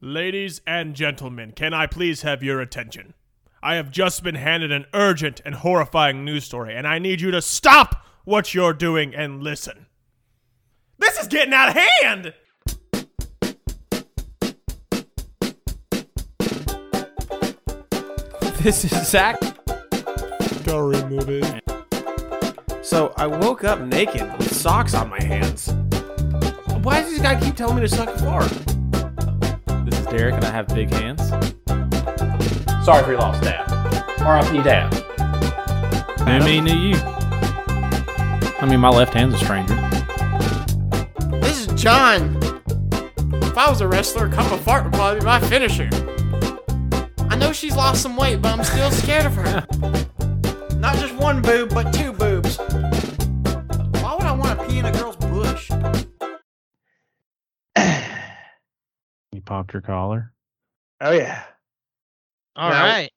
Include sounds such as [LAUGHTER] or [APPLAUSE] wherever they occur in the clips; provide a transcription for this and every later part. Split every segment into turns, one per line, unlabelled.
Ladies and gentlemen, can I please have your attention? I have just been handed an urgent and horrifying news story, and I need you to stop what you're doing and listen. This is getting out of hand!
This is Zach.
Go remove it.
So I woke up naked with socks on my hands. Why does this guy keep telling me to suck a fart?
This is Derek, and I have big hands.
Sorry for your loss, Dad. RIP, Dad.
I mean, you. I mean, my left hand's a stranger.
This is John. If I was a wrestler, a cup of fart would probably be my finisher. I know she's lost some weight, but I'm still scared of her. [LAUGHS] Not just one boob, but two boobs. Why would I want to pee in a girl's bush?
Oh,
You popped your collar.
Oh yeah.
All
Now-
right.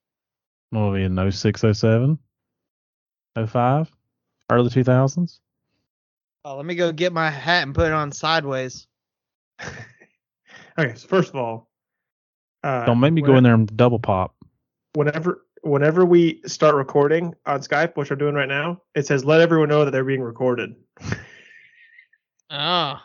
What were we in 06, 07, 05, early 2000s?
Oh, let me go get my hat and put it on sideways.
Okay. So first of all, uh,
Don't make me go in there and double pop.
Whenever whenever we start recording on Skype, which we're doing right now, it says let everyone know that they're being recorded.
Oh,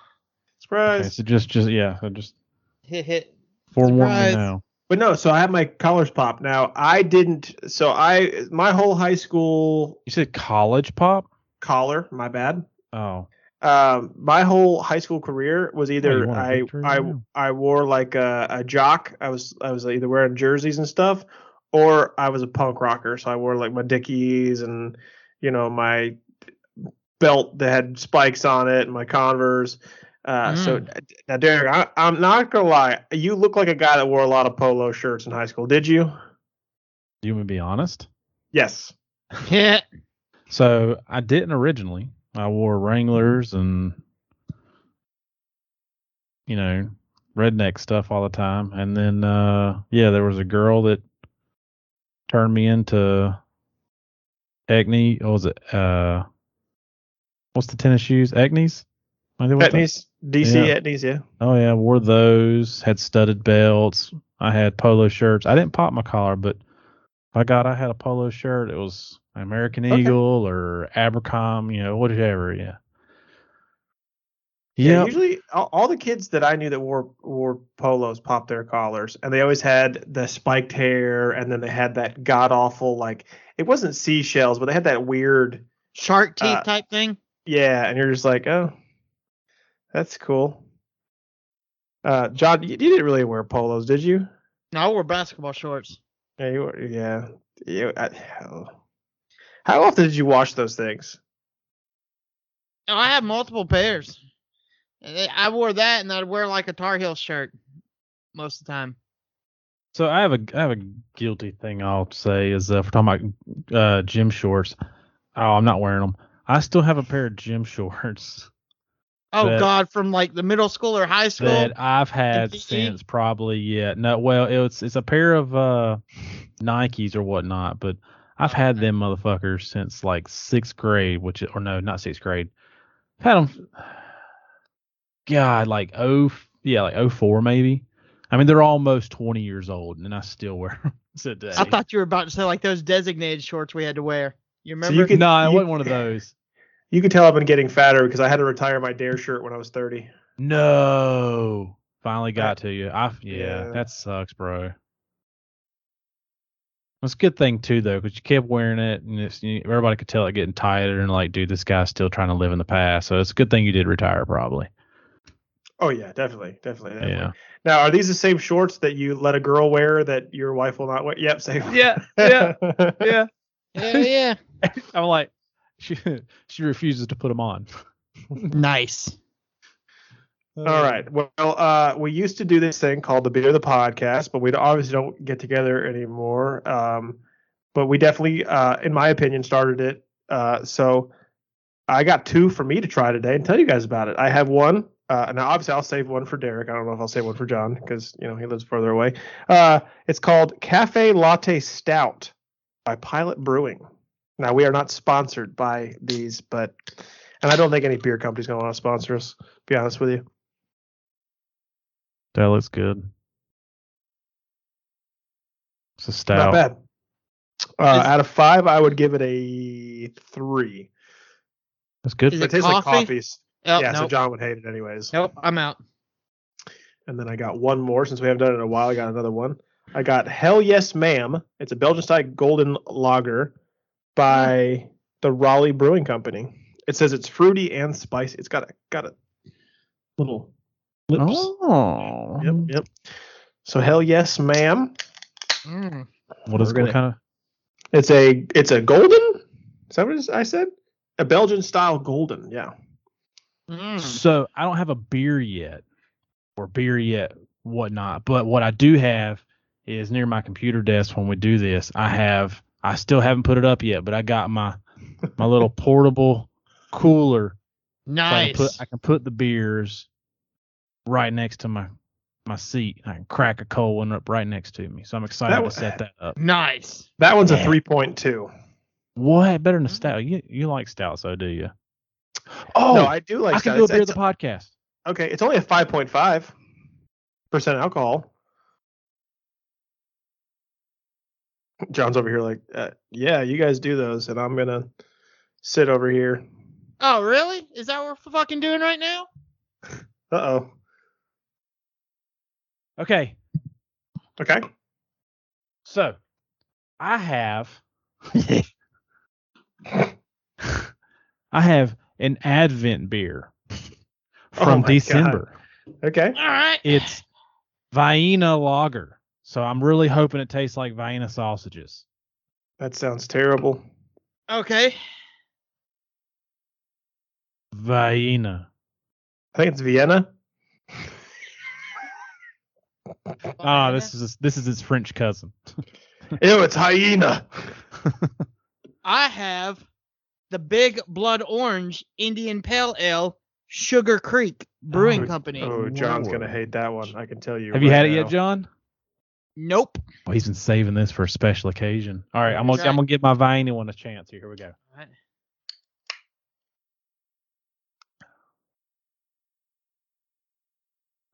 Surprise.
Okay, so just, just yeah, so just
hit hit.
forewarn me
Surprise.
now.
But no, so I have my collars pop now. I didn't. So I my whole high school
You said college pop?
collar. My bad.
Oh,
Um, my whole high school career was
you
either
want a
I
picture
I
right now?
I wore like a, a jock. I was I was either wearing jerseys and stuff, or I was a punk rocker. So I wore like my Dickies and you know my belt that had spikes on it and my Converse. Uh, So
Mm.
now, Derek, I, I'm not gonna lie. You look like a guy that wore a lot of polo shirts in high school. Did you?
you want me to be honest?
Yes.
Hit.
So I didn't originally. I wore Wranglers and you know redneck stuff all the time. And then uh yeah, there was a girl that turned me into acne. What was it? Uh, what's the tennis shoes? Acne's. I think what's that-
Etnies, DC
Yeah.
Etnies, yeah.
Oh yeah, wore those. Had studded belts. I had polo shirts. I didn't pop my collar, but by God, I had a polo shirt. It was American
Okay.
Eagle or Abercom, you know, whatever. Yeah.
Yeah,
Yeah.
usually all, all the kids that I knew that wore wore polos popped their collars, and they always had the spiked hair, and then they had that god awful like it wasn't seashells, but they had that weird
Shark teeth
Uh,
type thing.
yeah, and you're just like, oh, that's cool. Uh, John, you, you didn't really wear polos, did you?
No, I wore basketball shorts.
Yeah, you were. Yeah, you, I, how, how often did you wash those things?
No, I had multiple pairs. Eh, I wore that, and I'd wear like a Tar Heel shirt most of the time.
So I have a I have a guilty thing I'll say is uh, if we're talking about uh, gym shorts. Oh, I'm not wearing them. I still have a pair of gym [LAUGHS] shorts
Oh
That-
God, from like the middle school or high school.
that I've had
PE?
since probably yeah. No, well, it's it's a pair of uh Nikes or whatnot, but I've had them motherfuckers since like sixth grade, which or no, not sixth grade. Had them, God, like oh yeah, like oh four maybe. I mean, they're almost twenty years old, and I still wear [LAUGHS] them today.
I thought you were about to say like those designated shorts we had to wear. You
So
remember?
you could
no, I
you-
wasn't
[LAUGHS]
one of those.
You could tell I've been getting fatter because I had to retire my dare shirt when I was thirty.
No, finally got to you. I yeah,
Yeah.
that sucks, bro. It's a good thing too, though, because you kept wearing it, and it's, you, everybody could tell it getting tighter, and like, dude, this guy's still trying to live in the past. So it's a good thing you did retire, probably.
Oh yeah, definitely, definitely. definitely.
Yeah.
Now, are these the same shorts that you let a girl wear that your wife will not wear? Yep, same.
Yeah,
[LAUGHS]
yeah.
Hell yeah.
I'm like, [LAUGHS] she she refuses to put them on.
nice.
All right. Well, uh, we used to do this thing called the Beer the Podcast, but we obviously don't get together anymore. Um, but we definitely, uh, in my opinion, started it. Uh, so I got two for me to try today and tell you guys about it. I have one. Uh, now, obviously, I'll save one for Derek. I don't know if I'll save one for John because you know he lives further away. Uh, it's called Cafe Latte Stout by Pilot Brewing. Now, we are not sponsored by these, but and I don't think any beer company's going to want to sponsor us. To be honest with you.
That looks good. It's a
Not
stout.
bad. Uh,
Is-
out of five, I would give it a three.
That's good.
Is
But
for-
it tastes
coffee?
like coffee. s-
Oh,
yeah, so
nope.
John would hate it anyways.
nope. I'm out.
And then I got one more since we haven't done it in a while. I got another one. I got Hell Yes Ma'am. It's a Belgian style golden lager by the Raleigh Brewing Company. It says it's fruity and spicy. It's got a got a little lips.
Oh.
Yep, yep. So Hell Yes Ma'am.
Mm.
What is
We're gonna-
what kind of?
It's a it's a golden. Is that what I said? A Belgian style golden. Yeah.
Mm.
So I don't have a beer yet, or beer yet, whatnot. But what I do have is near my computer desk when we do this. I have, I still haven't put it up yet, but I got my my little portable cooler. So I,
Nice.
can put, I can put the beers right next to my my seat. I can crack a cold one up right next to me. So I'm excited
wa-
to set that up.
nice.
That one's a
Yeah.
three point two.
What better than a stout? You you like stouts though, do you? Oh,
no,
I,
I do like.
can
that.
do a
It's-
beer of
it's-
the podcast.
Okay, it's only a five point five percent alcohol. John's over here like, uh, yeah, you guys do those, and I'm gonna sit over here.
Oh, really? Is that what we're fucking doing right now?
Uh oh.
Okay,
Okay.
So, I [LAUGHS] have, I have an
[LAUGHS]
Advent beer from
Oh my God.
December.
Okay.
All right.
It's Vienna Lager. So I'm really hoping it tastes like Vienna sausages.
That sounds terrible.
okay.
Vienna.
I think it's Vienna.
Ah, this is this is its French cousin.
Ew, it's hyena.
I have the Big Blood Orange Indian Pale Ale Sugar Creek Brewing
Oh,
Company.
Oh, John's
Lord.
gonna hate that one. I can tell you.
Have you
right
had it yet,
now.
John?
Nope.
Well, he's been saving this for a special occasion. All right, I'm gonna
Exactly.
I'm gonna give my Vienna one a chance. Here, here we go.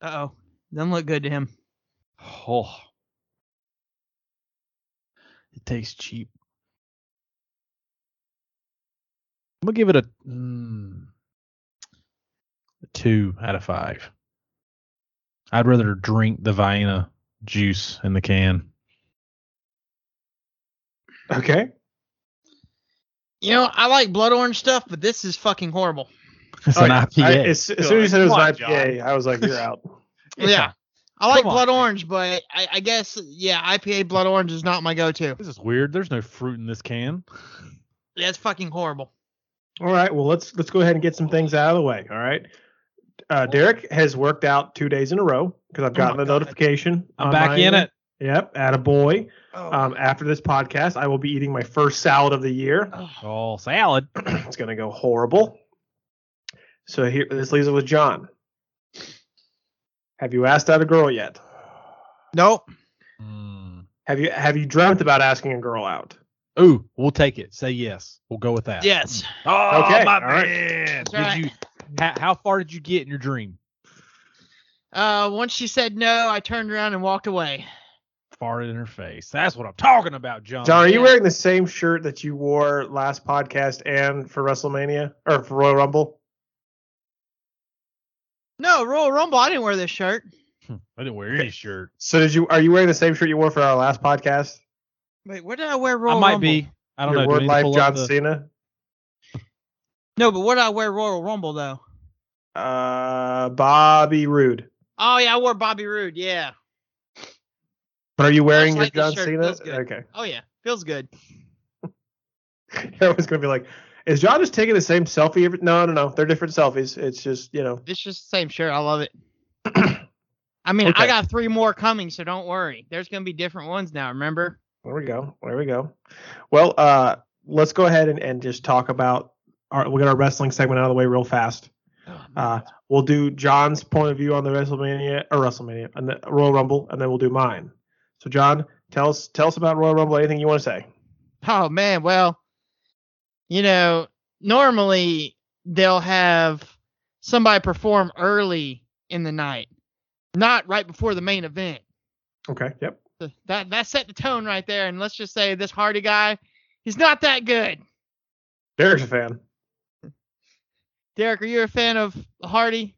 Uh oh. Doesn't look good to him.
Oh. It tastes cheap. I'm gonna give it a, mm, a two out of five. I'd rather drink the Vienna juice in the can. [LAUGHS]
Okay.
You know, I like blood orange stuff, but this is fucking horrible.
It's
Oh,
an
yeah.
IPA.
I- as, as soon as you said it was
Come
an
on,
IPA, I was like, you're out.
Yeah. I like
Come on,
blood
man.
orange, but I, I guess yeah, IPA blood orange is not my go-to.
this is weird. There's no fruit in this can.
That's fucking horrible.
All right. Well, let's let's go ahead and get some things out of the way. All right. Uh, Derek has worked out two days in a row because I've
Oh
gotten
my
a
God.
notification.
I'm
on
back
my
in
end.
it.
Yep. At a boy.
Oh.
Um, after this podcast, I will be eating my first salad of the year.
Oh, salad.
[CLEARS THROAT] it's gonna go horrible. So here, this leaves it with John. Have you asked out a girl yet?
nope.
Mm.
Have you have you dreamt about asking a girl out?
Ooh, we'll take it. Say yes. We'll go with that.
Yes.
Oh,
Okay,
my
all right.
man. Did
right.
you? How, how far did you get in your dream?
Uh, once she said no, I turned around and walked away.
Farted in her face. That's what I'm talking about, John.
John, are you
yeah.
wearing the same shirt that you wore last podcast and for WrestleMania or for Royal Rumble?
No, Royal Rumble. I didn't wear this shirt.
I didn't wear any shirt.
So did you? Are you wearing the same shirt you wore for our last podcast?
Wait, where did I wear Royal
I might
Rumble?
be. I don't
Your
know. Do we
Word
need to
life,
pull up
John
the-
Cena.
No, but where did I wear Royal Rumble though?
Uh, Bobby Roode.
Oh yeah, I wore Bobby Roode. Yeah.
But are you wearing your
like this
John
shirt,
Cena?
feels good.
Okay. [LAUGHS]
Oh yeah, feels good.
I was gonna be like, is John just taking the same selfie? Every- no, no, no. They're different selfies. It's just you know.
It's just the same shirt. I love it. I mean,
Okay.
I got three more coming, so don't worry. There's gonna be different ones now. Remember?
There we go. There we go. Well, uh, let's go ahead and, and just talk about our. We'll get our wrestling segment out of the way real fast. Uh, we'll do John's point of view on the WrestleMania or WrestleMania and the Royal Rumble, and then we'll do mine. So, John, tell us tell us about Royal Rumble. Anything you want to say?
Oh man, well, you know, normally they'll have somebody perform early in the night, not right before the main event.
Okay. Yep.
The, that that set the tone right there. And let's just say this Hardy guy, he's not that good.
Derek's a [COUGHS] fan.
Derek, are you a fan of Hardy?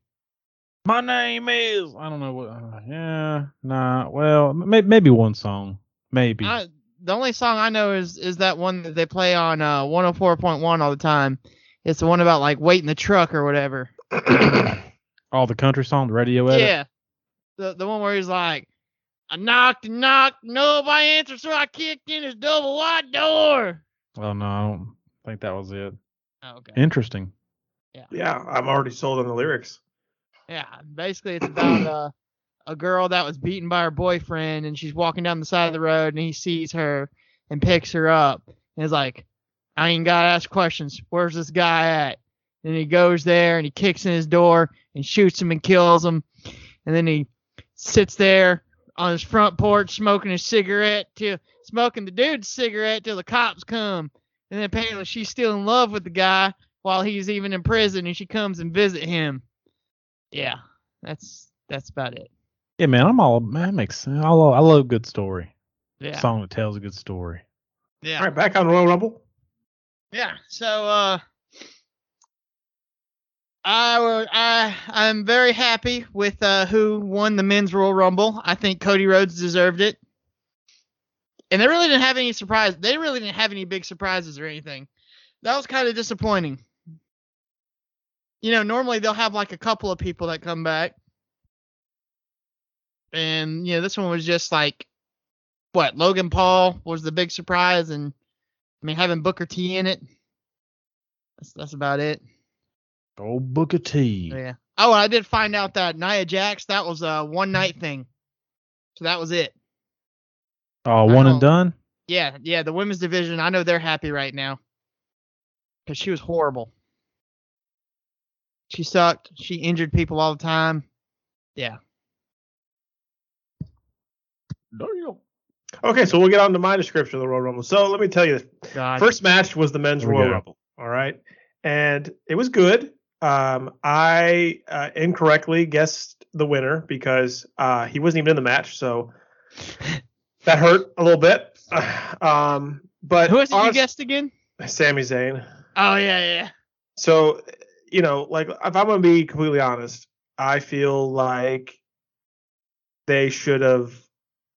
My name is. I don't know what. Uh, yeah, nah. Well, may, maybe one song. Maybe.
I, the only song I know is is that one that they play on uh 104.1 all the time. It's the one about like wait in the truck or whatever.
All the country song, the radio edit.
Yeah. The the one where he's like, I knocked and knocked, nobody answered, so I kicked in his double wide door.
Oh no, I don't think that was it.
Oh, okay.
Interesting.
Yeah, I'm already sold on the lyrics.
Yeah, basically it's about uh, a girl that was beaten by her boyfriend, and she's walking down the side of the road, and he sees her and picks her up, and is like, "I ain't gotta ask questions. Where's this guy at?" And he goes there, and he kicks in his door, and shoots him and kills him, and then he sits there on his front porch smoking his cigarette till smoking the dude's cigarette till the cops come, and then apparently she's still in love with the guy while he's even in prison, and she comes and visit him. Yeah, that's that's about it.
Yeah, man, I'm all man. That makes sense. I love, I love good story.
Yeah.
Song that tells a good story.
yeah.
All right, back on Royal Rumble.
Yeah. So uh I wa- I I'm very happy with uh who won the men's Royal Rumble. I think Cody Rhodes deserved it. And they really didn't have any surprise. They really didn't have any big surprises or anything. That was kind of disappointing. You know, normally they'll have like a couple of people that come back. And you know, this one was just like what, Logan Paul was the big surprise and I mean, having Booker T in it. That's that's about it.
Old Booker T.
Yeah. Oh, and I did find out that Nia Jax that was a one night thing. So that was it.
Oh, one
Oh.
and done.
Yeah, yeah. The women's division. I know they're happy right now. Cause she was horrible. She sucked. She injured people all the time.
Okay, so we'll get on to my description of the Royal Rumble. So let me tell you this.
God.
First match was the men's
There we
Royal
go.
Rumble. All right, and it was good. Um, I uh, incorrectly guessed the winner because uh, he wasn't even in the match,
[LAUGHS]
so that hurt a little bit. [SIGHS] um, but
Who is it you
honest-
guessed again?
Sami Zayn.
Oh yeah, yeah.
So, you know, like if I'm gonna be completely honest, I feel like they should have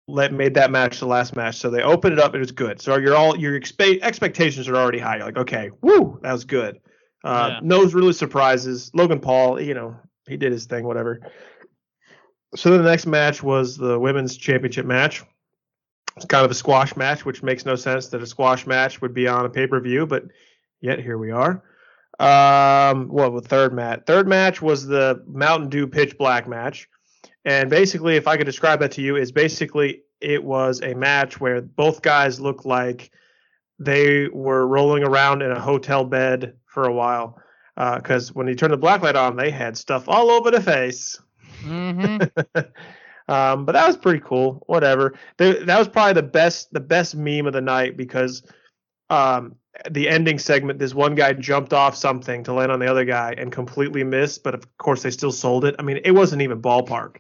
let made that match the last match. So they opened it up. It was good. So you're all your expe- expectations are already high. You're like, okay, woo, that was good. Uh,
Yeah.
No really surprises. Logan Paul, you know, he did his thing, whatever. So then the next match was the women's championship match. It's kind of a squash match, which makes no sense that a squash match would be on a pay per view, but yet here we are. Um, what well, the third match? Third match was the Mountain Dew Pitch Black match, and basically, if I could describe that to you, is basically it was a match where both guys looked like they were rolling around in a hotel bed for a while. Because when you turn the black light on, they had stuff all over the face.
[LAUGHS] Mm-hmm.
[LAUGHS] um, but that was pretty cool. Whatever. They, that was probably the best the best meme of the night because um, the ending segment, this one guy jumped off something to land on the other guy and completely missed, but of course they still sold it. I mean, it wasn't even ballpark.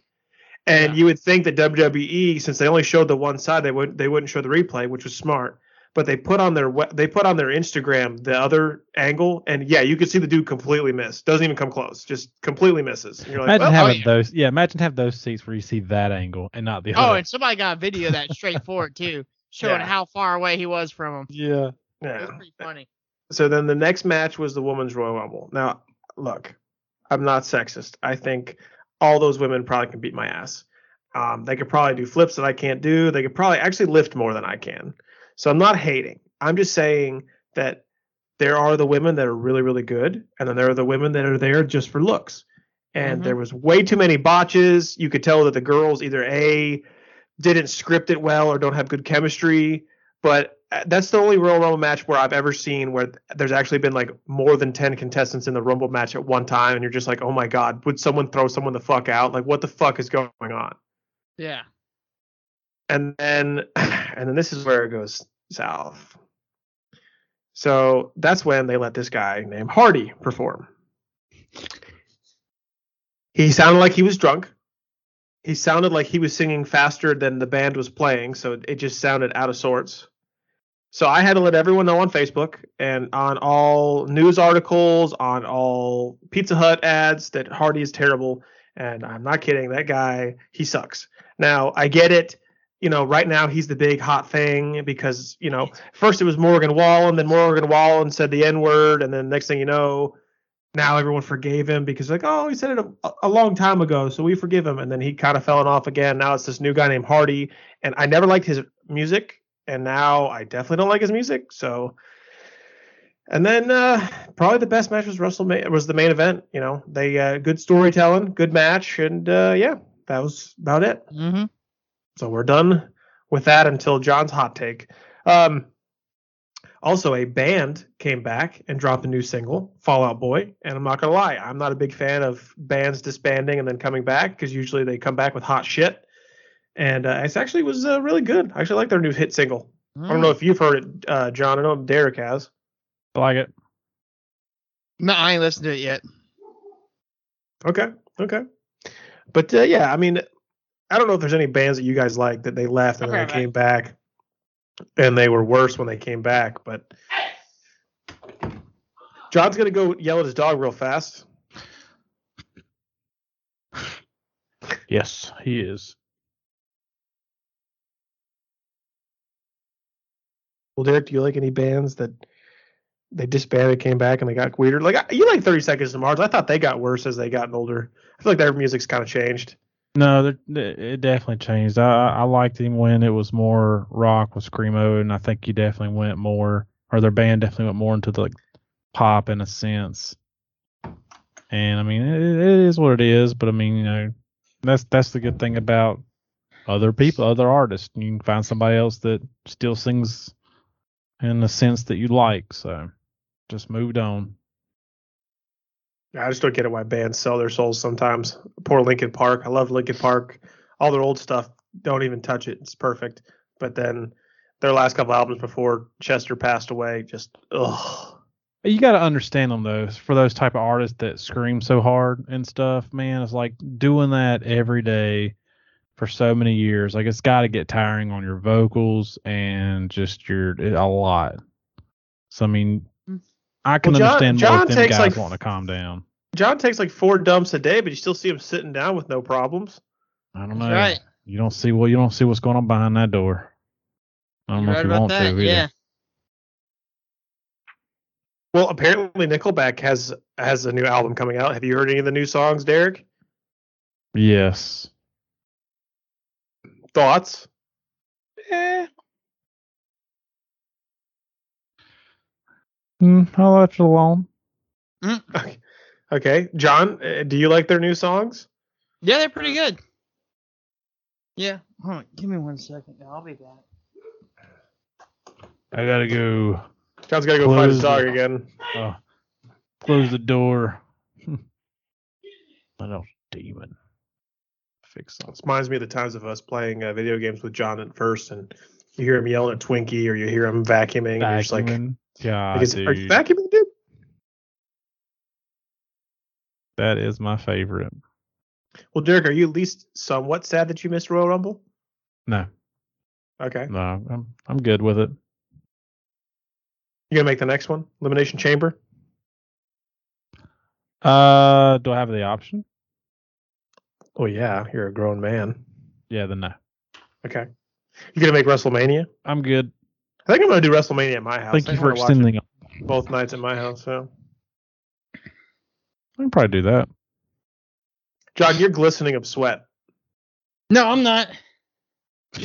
And
Yeah.
you would think that WWE, since they only showed the one side, they would they wouldn't show the replay, which was smart. But they put on their we- they put on their Instagram the other angle, and yeah, you could see the dude completely miss. Doesn't even come close. Just completely misses. And you're like,
Imagine
well,
having
yeah.
those. Yeah, imagine have those seats where you see that angle and not the
oh,
other.
and somebody got a video of that straight forward too, showing
Yeah.
how far away he was from him.
yeah.
It
yeah.
was pretty funny.
So then the next match was the women's Royal Rumble. Now, look, I'm not sexist. I think all those women probably can beat my ass. Um, they could probably do flips that I can't do. They could probably actually lift more than I can. So I'm not hating. I'm just saying that there are the women that are really, really good, and then there are the women that are there just for looks. And
Mhm.
there was way too many botches. You could tell that the girls either a didn't script it well or don't have good chemistry. But uh, that's the only Royal Rumble match where I've ever seen where th- there's actually been like more than ten contestants in the Rumble match at one time, and you're just like, oh my god, would someone throw someone the fuck out? Like, what the fuck is going on?
Yeah.
and then [SIGHS] and then this is where it goes south. So that's when they let this guy named Hardy perform. He sounded like he was drunk. he sounded like he was singing faster than the band was playing, so it just sounded out of sorts. So I had to let everyone know on Facebook and on all news articles, on all Pizza Hut ads that Hardy is terrible. And I'm not kidding. That guy, he sucks. Now I get it. You know, right now he's the big hot thing because you know first it was Morgan Wallen, then Morgan Wallen said the N word, and then next thing you know, now everyone forgave him because like oh he said it a, a long time ago, so we forgive him. And then he kind of fell off again. Now it's this new guy named Hardy, and I never liked his music and now I definitely don't like his music. So, and then uh, probably the best match was WrestleMania was the main event. You know, they uh, good storytelling, good match, and uh, yeah, that was about it.
Mm-hmm.
So we're done with that until John's hot take. Um, also, a band came back and dropped a new single, Fallout Boy. And I'm not gonna lie, I'm not a big fan of bands disbanding and then coming back because usually they come back with hot shit and uh, it actually was uh, really good. I actually like their new hit single. I don't know if you've heard it, uh, John. I know Derek has.
I like it.
No, I ain't listened to it yet.
Okay, okay, but uh, yeah, I mean, I don't know if there's any bands that you guys like that they left and then
Okay,
they came back, and they were worse when they came back. But John's gonna go yell at his dog real fast.
Yes, he is.
Well, Derek, do you like any bands that they disbanded, came back, and they got weirder? Like I- you like Thirty Seconds to Mars. I thought they got worse as they gotten older. I feel like their music's kind of changed.
No, they're- they- it definitely changed. I I liked him when it was more rock with screamo, and I think he definitely went more, or their band definitely went more into the like, pop in a sense. And I mean, it, it is what it is, but I mean, you know, that's that's the good thing about other people, other artists. You can find somebody else that still sings in the sense that you like. So, just moved on.
I just don't get it why bands sell their souls sometimes. Poor Linkin Park. I love Linkin Park. All their old stuff, don't even touch it. It's perfect. But then their last couple albums before Chester passed away, just ugh.
You got to understand them though. For those type of artists that scream so hard and stuff, man, it's like doing that every day for so many years. Like it's got to get tiring on your vocals and just your it- a lot. So I mean,
Mm.
I can
Well, John-
understand
John
both them
takes,
guys
like,
wanting to calm down.
John takes like four dumps a day, but you still see him sitting down with no problems.
I don't
That's
know.
right.
You don't see well. You don't see what's going on behind that door. I don't
You're
know
right
if you
about
want
that.
to. either.
yeah.
Well, apparently Nickelback has has a new album coming out. Have you heard any of the new songs, Derek?
Yes.
Thoughts?
Mm, I left it alone.
Okay. [LAUGHS] Okay, John, uh, do you like their new songs?
Yeah, they're pretty good. Yeah. Hold on. Give me one second. Now I'll be back.
I gotta go.
John's got to go find his
Blues.
dog again.
Oh, close the door. [LAUGHS] What else, demon? Fix
This reminds me of the times of us playing uh, video games with John at first, and you hear him yelling at Twinkie, or you hear him vacuuming, and you're just like,
Vacuuming. God,
like, is- "Are you
dude,
vacuuming, dude?"
that is my favorite.
Well, Derek, are you at least somewhat sad that you missed Royal Rumble?
No,
Okay,
no, I'm I'm good with it.
you gonna make the next one, Elimination Chamber?
Uh, do I have the option?
Oh yeah, you're a grown man.
Yeah, then no.
Okay, you gonna make WrestleMania?
I'm good.
I think I'm gonna do WrestleMania at my house.
Thank
I
you for
wanna watch it
extending. it.
both nights at my house. So,
I can probably do that.
John, you're glistening of sweat.
No, I'm not. [LAUGHS]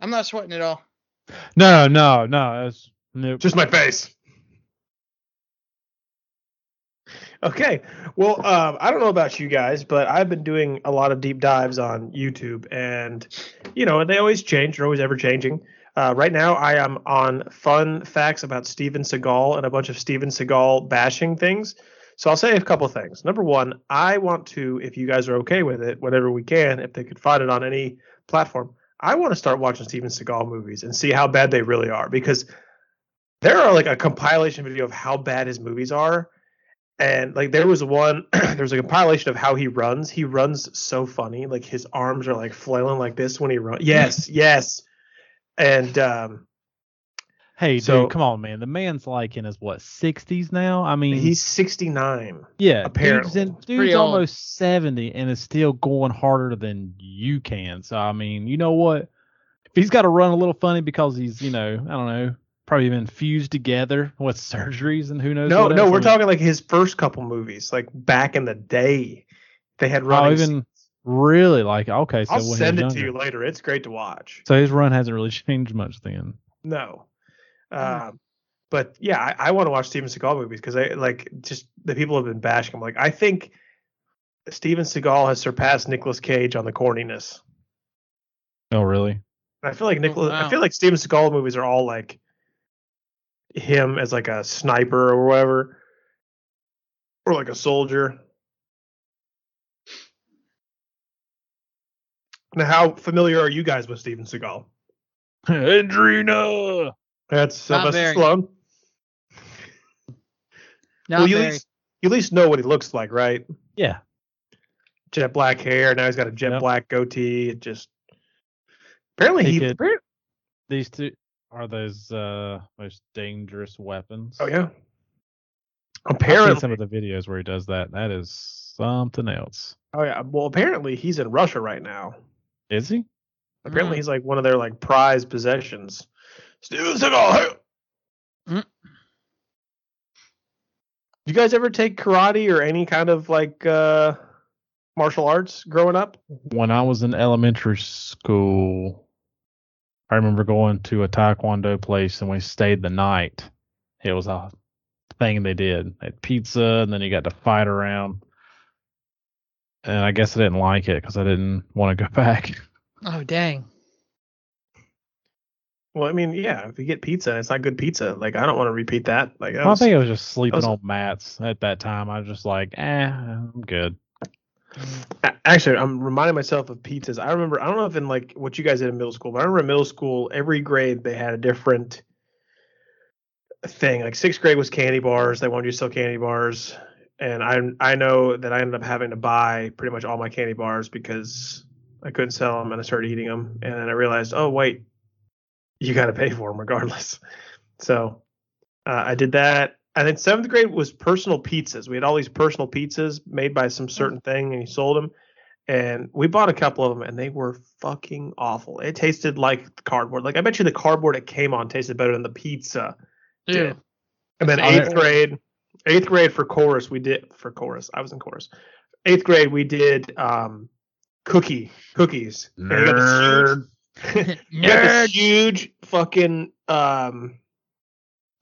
I'm not sweating at all.
No, no, no. That's nope.
Just my face. Okay. Well, um, I don't know about you guys, but I've been doing a lot of deep dives on YouTube, and you know they always change; they're always ever changing. Uh, right now, I am on fun facts about Steven Seagal and a bunch of Steven Seagal bashing things. So I'll say a couple things. Number one, I want to, if you guys are okay with it, whenever we can, if they could find it on any platform, I want to start watching Steven Seagal movies and see how bad they really are because there are like a compilation video of how bad his movies are and like there was one [CLEARS THROAT] there was a compilation of how he runs he runs so funny like his arms are like flailing like this when he runs
[LAUGHS]
yes yes and um
Hey,
So-
dude, come on, man. The man's like in his what sixties now. I mean,
he's 69
yeah, dude's,
apparently.
in,
pretty
dude's
old.
almost seventy and is still going harder than you can. So I mean, you know what? If he's got to run a little funny because he's, you know, I don't know, probably been fused together with [LAUGHS] surgeries and who knows.
no
what
no
else.
we're
I mean,
talking like his first couple movies like back in the day they had running
Oh, even
scenes.
really like okay. So
i'll
when he was
send it to
younger.
you later it's great to watch
So his run hasn't really [LAUGHS] changed much then.
No.
Hmm.
Um, but yeah, I, I want to watch Steven Seagal movies because I like just the people have been bashing him. Like I think Steven Seagal has surpassed Nicolas Cage on the corniness. [LAUGHS]
Oh, really?
And I feel like Nicolas, I
Oh, wow.
feel like Steven Seagal movies are all like him as like a sniper or whatever, or like a soldier. Now, how familiar are you guys with Steven Seagal?
Andrina.
That's
Not
Sylvester
very.
Stallone.
Not
well, you at,
very.
least, you at least know what he looks like, right?
Yeah.
Jet black hair. Now he's got a jet
Yep.
black goatee. It just apparently
He
he.
could-
appar-
These two are those uh most dangerous weapons.
oh yeah.
I've seen
Apparently,
some of the videos where he does that. That is something else.
oh yeah. Well, apparently he's in Russia right now.
Is he?
Apparently he's like one of their like prize possessions. Steven Seagal. hey!
Mm.
You guys ever take karate or any kind of like uh martial arts growing up?
When I was in elementary school, I remember going to a taekwondo place and we stayed the night. It was a thing they did. They had pizza and then you got to fight around. And I guess I didn't like it because I didn't want to go [LAUGHS] back.
Oh dang.
Well, I mean, yeah, if you get pizza and it's not good pizza, like I don't want to repeat that. Like that
I
was-
think I was just sleeping
was-
on mats at that time. I was just like, eh, I'm good.
A- Actually, I'm reminding myself of pizzas. I remember, I don't know if in like what you guys did in middle school, but I remember in middle school, every grade they had a different thing. Like sixth grade was candy bars. They wanted you to sell candy bars. And I I know that I ended up having to buy pretty much all my candy bars because I couldn't sell them and I started eating them. And then I realized, oh, wait, you got to pay for them regardless. [LAUGHS] So uh, I did that. And then seventh grade was personal pizzas. We had all these personal pizzas made by some certain thing, and he sold them. And we bought a couple of them, and they were fucking awful. It tasted like cardboard. Like I bet you the cardboard it came on tasted better than the pizza.
Dude.
[LAUGHS] And then
It's
eighth
on
grade, eighth grade for chorus, we did for chorus. I was in chorus. Eighth grade, we did um, cookie cookies. And we got this huge- we got this huge fucking um,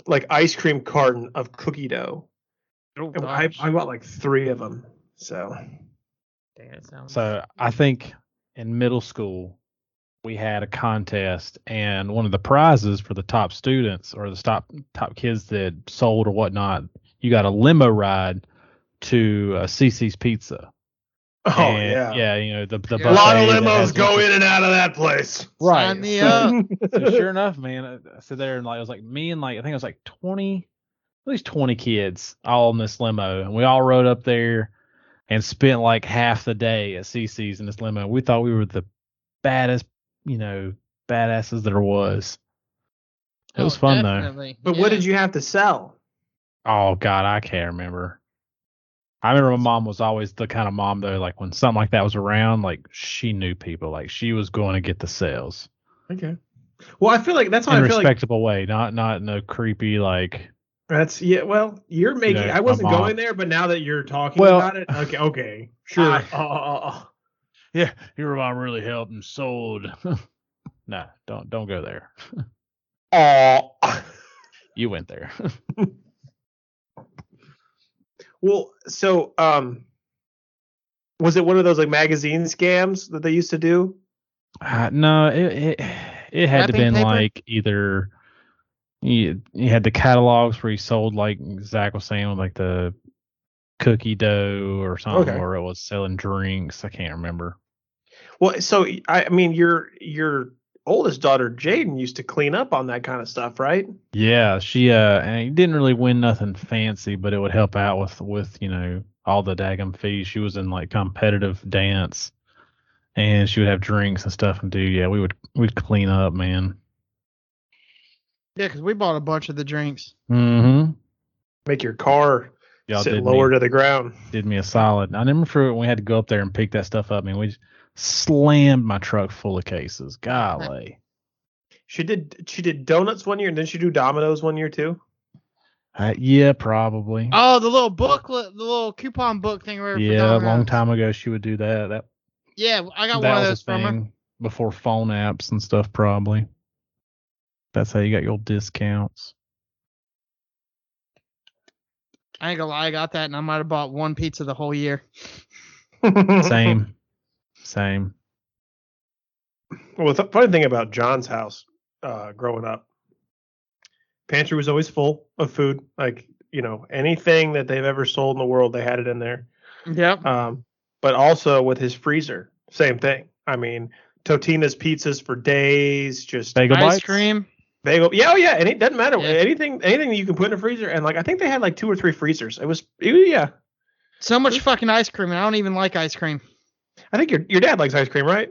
like ice cream carton of cookie dough. And I, I bought like three of them. So
Dang, that sounds-
So I think in middle school we had a contest, and one of the prizes for the top students or the top top kids that sold or whatnot, you got a limo ride to uh, CC's Pizza.
oh
And, yeah, you know the the
A lot
buffet that has the-
in and out of that place.
right. [LAUGHS]
Sign me up.
[LAUGHS]
so sure enough, man, I- I sit there and like it was like me and like I think it was like twenty, at least twenty kids all in this limo, and we all rode up there and spent like half the day at CC's in this limo. We thought we were the baddest, you know, badasses there was. It was
Oh,
fun though.
definitely.
But what
Yeah.
did you have to sell?
Oh God, I can't remember. I remember my mom was always the kind of mom though, like when something like that was around, like she knew people, like she was going to get the sales.
Okay. Well, I feel like that's why
in
I
a
feel like
respectable way, not not in a creepy like.
that's yeah. Well, you're making.
know,
I wasn't
my mom.
going there, but now that you're talking
Well-
about it, okay, okay, [LAUGHS] sure.
I-
Oh, oh, oh,
Yeah, your mom really helped and sold. [LAUGHS] nah, don't don't go there.
[LAUGHS] oh. Oh.
You went there. [LAUGHS]
Well, so um, was it one of those like magazine scams that they used to do?
uh, no, it it, it had to
Wrapping
been
paper?
like either you you had the catalogs where he sold like Zach was saying with like the cookie dough or something,
Okay.
or it was selling drinks. I can't remember.
Well, so I I mean, your your oldest daughter Jaden used to clean up on that kind of stuff, right?
Yeah, she uh and didn't really win nothing fancy, but it would help out with with you know all the daggum fees. She was in like competitive dance, and she would have drinks and stuff and do. Yeah, we would we'd clean up, man.
Yeah, because we bought a bunch of the drinks.
Mm-hmm.
Make your car
Y'all
sit
did
lower
me,
to the ground.
did me a solid. I remember for when we had to go up there and pick that stuff up. Man, we just slammed my truck full of cases. Golly.
She did she did donuts one year and then she do dominoes one year too.
Uh, yeah, probably.
Oh, the little booklet, the little coupon book thing. Where
yeah, a long time ago she would do that. That
Yeah, I got
that
one of
was
those
a
from her.
thing before phone apps and stuff, probably. That's how you got your
[LAUGHS]
discounts.
I ain't gonna lie, I got that, and I might have bought one pizza the whole year.
Same, same.
Well, the funny thing about John's house uh, growing up, pantry was always full of food. Like you know, anything that they've ever sold in the world, they had it in there.
Yep.
Um, but also with his freezer, same thing. I mean, Totina's pizzas for days, just
Bagel
Ice
bites.
cream.
bagel. Yeah, oh yeah, and it doesn't matter
Yeah.
anything, anything that you can put in a freezer. And like, I think they had like two or three freezers. It was, it- yeah.
So much fucking ice cream, and I don't even like ice cream.
I think your your dad likes ice cream, right?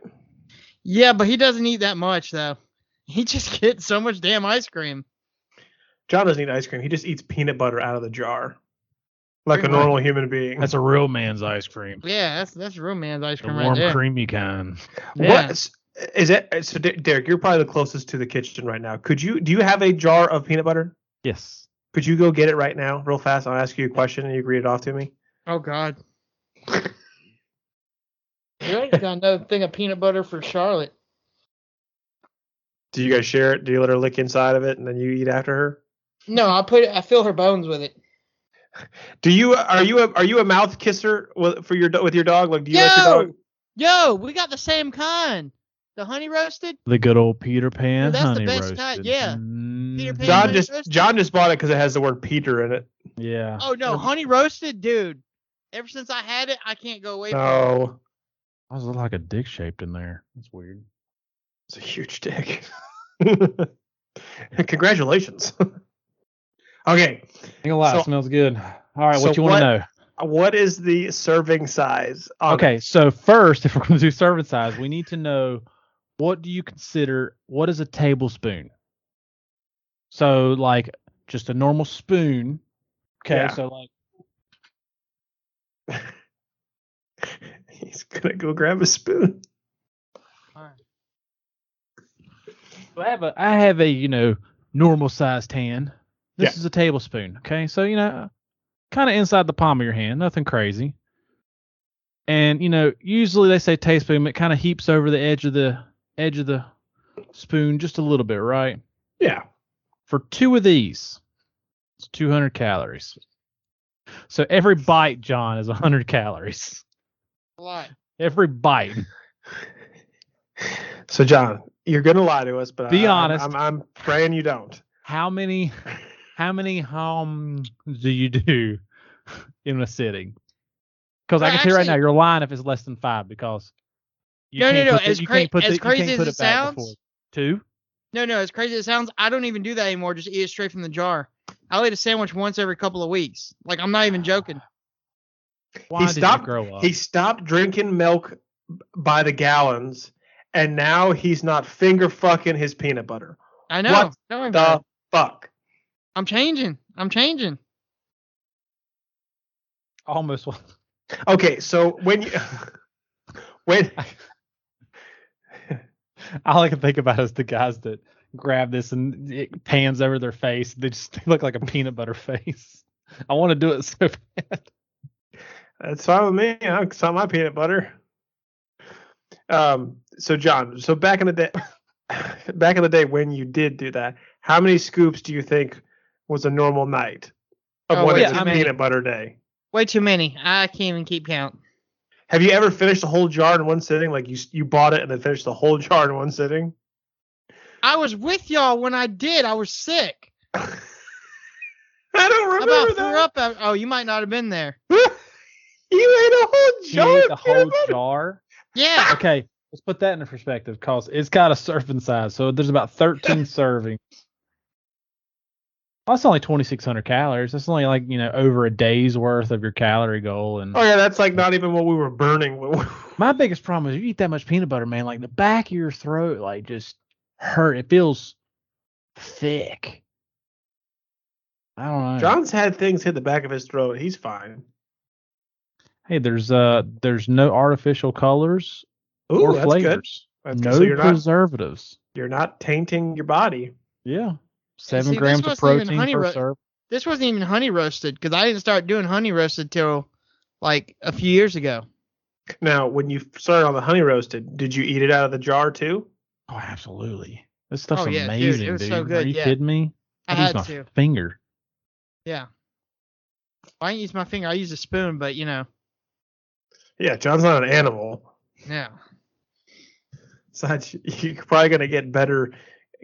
Yeah, but he doesn't eat that much though. [LAUGHS] He just gets so much damn ice cream.
John doesn't eat ice cream. He just eats peanut butter out of the jar, like
Pretty
a
much.
normal human being.
That's a real man's ice cream.
Yeah, that's that's real man's ice
The
cream
warm,
right there.
creamy kind.
Yeah.
What is that? So, Der- Derek, you're probably the closest to the kitchen right now. Could you do you have a jar of peanut butter?
Yes.
Could you go get it right now, real fast? I'll ask you a question and you can read it off to me.
Oh God. you already got another thing of peanut butter for Charlotte.
Do you guys share it? Do you let her lick inside of it and then you eat after her?
[LAUGHS] No, I put it. I fill her bones with it.
Do you are you a, are you a mouth kisser with, for your do- with your dog? Like do you let your
Yo!
dog?
Yo, we got the same kind. The honey roasted.
The good old Peter Pan
that's the
honey
best
roasted.
kind, yeah. Peter
Mhm.
Pan
John
honey
just
roasted?
John just bought it because it has the word Peter in it.
Yeah.
Oh no, honey roasted, dude. Ever since I had it, I can't go away from it.
No,
I was Oh, like a dick shaped in there. That's weird.
it's a huge dick.
[LAUGHS]
Congratulations. okay,
Ain't a lot.
So-
smells good. All right.
so
what you want
what-
to know?
what is the serving size? on
Okay, so first, [LAUGHS] if we're going to do serving size, we need to know what do you consider what is a tablespoon? So like just a normal spoon. Okay,
Yeah.
so like
He's gonna go grab a spoon.
so I have a I have a you know normal sized hand. This
Yeah.
is a tablespoon. Okay, so you know kind of inside the palm of your hand, nothing crazy. And you know usually they say teaspoon, it kind of heaps over the edge of the edge of the spoon just a little bit, right?
Yeah.
for two of these, it's 200 calories. So every bite, John, is [LAUGHS] 100 calories.
A lot.
Every bite.
So John, you're gonna lie to us, but
Be
I,
honest. Uh-huh.
I'm, I'm, I'm praying you don't.
How many, how many hums do you do [LAUGHS] in a sitting? Because I
Well,
can tell you right now
actually-
you're lying if it's less than five because you
No, no,
can't
no,
put the-
as
you
cra-
can't put
as
the- you
crazy
can't
as
put
it
it back
sounds-
before. Two.
No, no, as crazy as it sounds, I don't even do that anymore. Just eat it straight from the jar. I'll eat a sandwich once every couple of weeks. Like I'm not even joking.
Why did
stopped-
you grow up?
He stopped drinking milk by the gallons, and now he's not finger fucking his peanut butter.
I know.
What
Tell me about
The
it.
fuck.
I'm changing. I'm changing.
Almost. [LAUGHS] wa-
Okay, so when you [LAUGHS] when
All I can think about is the guys that grab this and it pans over their face. They just [LAUGHS] they look like a peanut butter face. I want to do it so bad.
That's fine with me. I don't sell my peanut butter. Um. So John, so back in the day, [LAUGHS] back in the day when you did do that, how many scoops do you think was a normal night of
Oh,
what
yeah,
is a
I mean-
peanut butter day?
Way too many. I can't even keep count.
Have you ever finished the whole jar in one sitting? Like you s- you bought it and then finished the whole jar in one sitting? [LAUGHS]
I was with y'all when I did. I was sick.
I don't
How about
remember
threw
that.
up? af- Oh, you might not have been there.
you ate a whole
You
jar.
ate
of
the
peanut
whole
butter.
jar.
Yeah.
Okay, let's put that into perspective because it's got a serving size. So there's
[LAUGHS]
about 13 servings. Well, that's only 2,600 calories. That's only like, you know, over a day's worth of your calorie goal. And
Oh yeah, that's like not even what we were burning. [LAUGHS]
my biggest problem is you eat that much peanut butter, man, like the back of your throat, like just hurt. It feels thick. I don't know.
John's had things hit the back of his throat. He's fine.
hey, there's uh, there's no artificial colors
Ooh,
or
that's good.
flavors.
That's good.
no
So you're not
preservatives.
you're not tainting your body.
Yeah, seven
see, this
grams of
wasn't even
protein
honey
per
ro-
serve.
This wasn't even honey roasted because I didn't start doing honey roasted till like a few years ago.
Now, when you started on the honey roasted, did you eat it out of the jar too?
Oh, absolutely. This stuff's
Oh, yeah, dude,
amazing,
it
dude.
was so
Are
good,
you
yeah.
kidding me?
I
I'd use
had
my
to.
finger.
Yeah. I didn't use my finger. I used a spoon, but you know,
Yeah, John's not an animal.
yeah.
So that's- [LAUGHS] you're probably gonna get better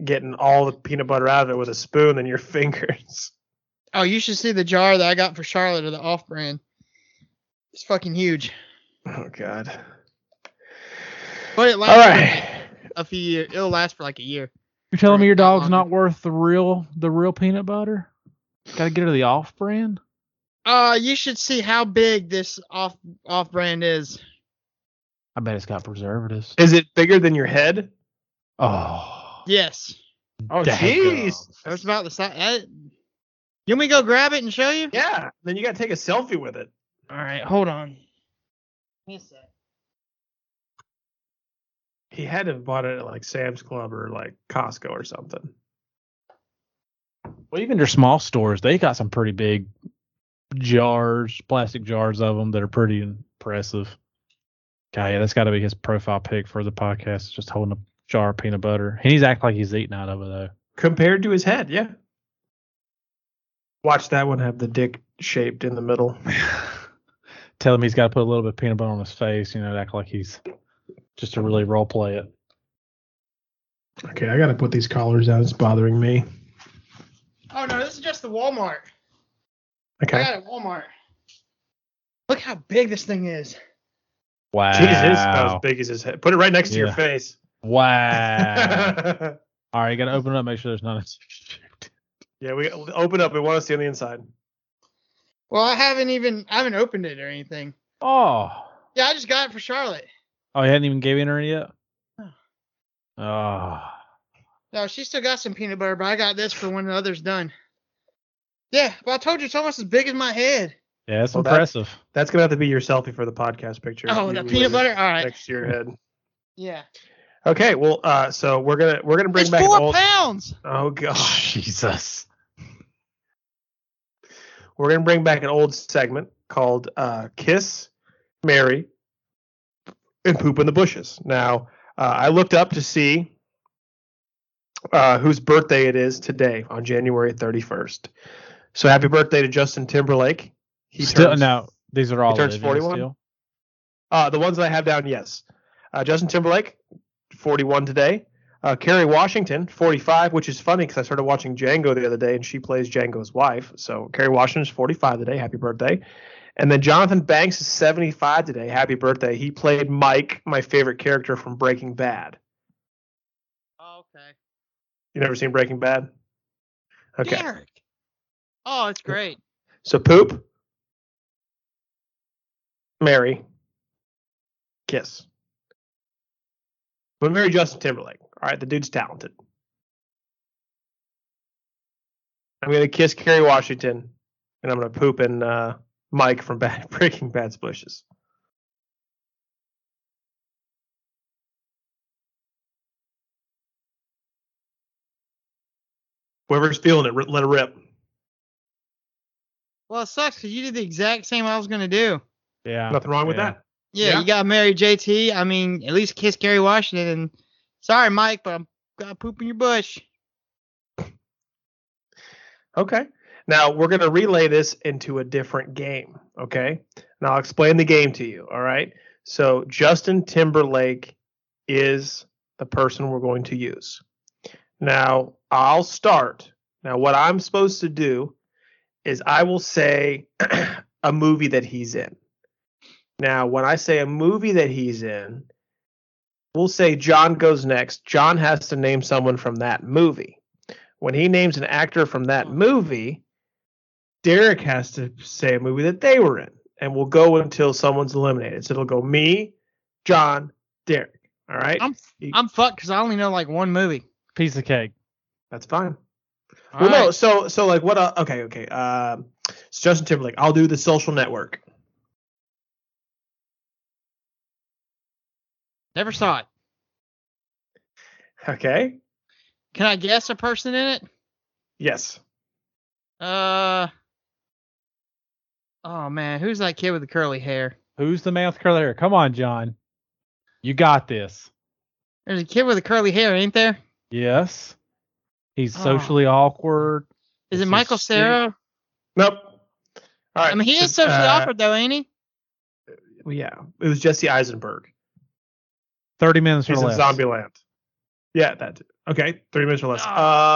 getting all the peanut butter out of it with a spoon than your [LAUGHS] fingers.
Oh, you should see the jar that I got for Charlotte of the off brand. It's fucking huge.
Oh God.
But it
All
lasts
right.
a few years. It'll last for like a year.
You're telling me your
Not
dog's
longer.
not worth the real the real peanut butter? Got to get her the off brand.
Uh, you should see how big this off off brand is.
I bet it's got preservatives.
Is it bigger than your head?
Oh,
Yes,
Oh
Dang.
jeez.
that's about the size. That, you want me to go grab it and show you?
Yeah. Then you gotta take a selfie with it.
All right, hold on.
He had to have bought it at like Sam's Club or like Costco or something.
well, even your small stores, they got some pretty big jars, plastic jars of them that are pretty impressive. God, yeah, that's got to be his profile pic for the podcast. Just holding a jar of peanut butter. And he's acting like he's eating out of it though.
Compared to his head, yeah. Watch that one have the dick shaped in the middle.
Tell him he's got to put a little bit of peanut butter on his face, you know, to act like he's just to really role play it.
Okay, I gotta put these collars down. It's bothering me.
Oh no, this is just the Walmart. I
Okay.
got it at Walmart. Look how big this thing is.
Wow.
Jesus, about as big as his head. Put it right next to your
Yeah.
face. [LAUGHS]
Wow.
yeah,
All right, you got to open it up, make sure there's not a. [LAUGHS]
we open up. We want to see on the inside.
Well, I haven't even I haven't opened it or anything.
Oh.
Yeah, I just got it for Charlotte.
Oh, he hadn't even given her any yet?
[SIGHS]
No.
Oh.
No, she still got some peanut butter, but I got this for when the other's done. Yeah, well, I told you it's almost as big as my head.
Yeah, that's
Well, that-
impressive.
[LAUGHS] That's gonna have to be your selfie for the podcast picture.
Oh,
You
the
with
peanut
it
butter. All right.
next to your head.
Yeah.
Okay, well, uh, so we're gonna we're gonna bring
it's
back
four
old.
pounds.
Oh gosh,
Jesus.
we're gonna bring back an old segment called uh, "Kiss, Mary, and Poop in the Bushes." Now, uh, I looked up to see uh, whose birthday it is today on January 31st. So, happy birthday to Justin Timberlake. He
still,
turns-
no, these are all.
turns
living
41?
still.
Uh, the ones that I have down, yes. Uh, Justin Timberlake, 41 today. Uh, Kerry Washington, 45, which is funny because I started watching Django the other day and she plays Django's wife. So Kerry Washington is 45 today. Happy birthday. And then Jonathan Banks is 75 today. Happy birthday. He played Mike, my favorite character from Breaking Bad.
Oh, okay.
You never seen Breaking Bad? Okay.
Derek. Oh, it's great.
So poop, marry, kiss. But marry Justin Timberlake. All right, the dude's talented. I'm gonna kiss Kerry Washington, and I'm gonna poop in uh, Mike from Bad [LAUGHS] Breaking Bad's bushes. Whoever's feeling it, let it rip.
Well, it sucks because you did the exact same I was gonna do.
Yeah.
Nothing wrong with
yeah.
that.
Yeah,
Yeah.
you got to marry JT. I mean, at least kiss Gary Washington. And sorry, Mike, but I'm got poop in your bush.
Okay. Now we're going to relay this into a different game. Okay. And I'll explain the game to you. All right. So Justin Timberlake is the person we're going to use. Now I'll start. Now, what I'm supposed to do is I will say [CLEARS THROAT] a movie that he's in. Now, when I say a movie that he's in, We'll say John goes next. John has to name someone from that movie. When he names an actor from that
Oh.
movie, Derek has to say a movie that they were in, and we'll go until someone's eliminated. So it'll go me, John, Derek. All right,
I'm I'm fucked because I only know like one movie.
Piece of cake.
that's fine.
All
well, no,
right.
so so like what? Uh, okay, okay. Um, it's Justin Timberlake. I'll do the Social Network.
Never saw it.
Okay.
Can I guess a person in it?
Yes.
Uh. Oh man, who's that kid with the curly hair?
Who's the man with curly hair? Come on, John. You got this.
There's a kid with the curly hair, ain't there?
Yes. He's
Oh.
socially awkward. This
Is it
is
Michael
sick.
Sarah?
Nope. All right.
I mean, he is socially
uh,
awkward though, ain't he?
Yeah, it was Jesse Eisenberg.
Thirty minutes or
He's in
less.
Zombieland. Yeah, that. too. Okay, three minutes or less.
Oh,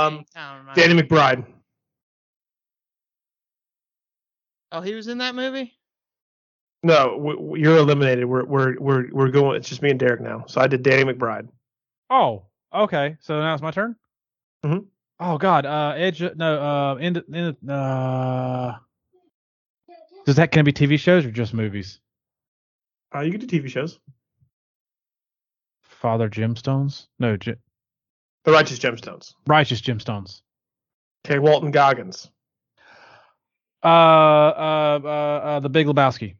um,
dang, I don't remember.
Danny McBride.
Oh, he was in that movie.
No, w- w- you're eliminated. We're we're we're we're going. It's just me and Derek now. So I did Danny McBride.
Oh, okay. So now it's my turn.
Mhm.
Oh God, uh, Edge. No, uh, end. end uh, does that can it be TV shows or just movies?
Uh, you can do TV shows.
Father Gemstones? No, Ge-
The Righteous Gemstones.
Righteous Gemstones.
Okay, Walton Goggins.
Uh, uh, uh, uh, The Big Lebowski.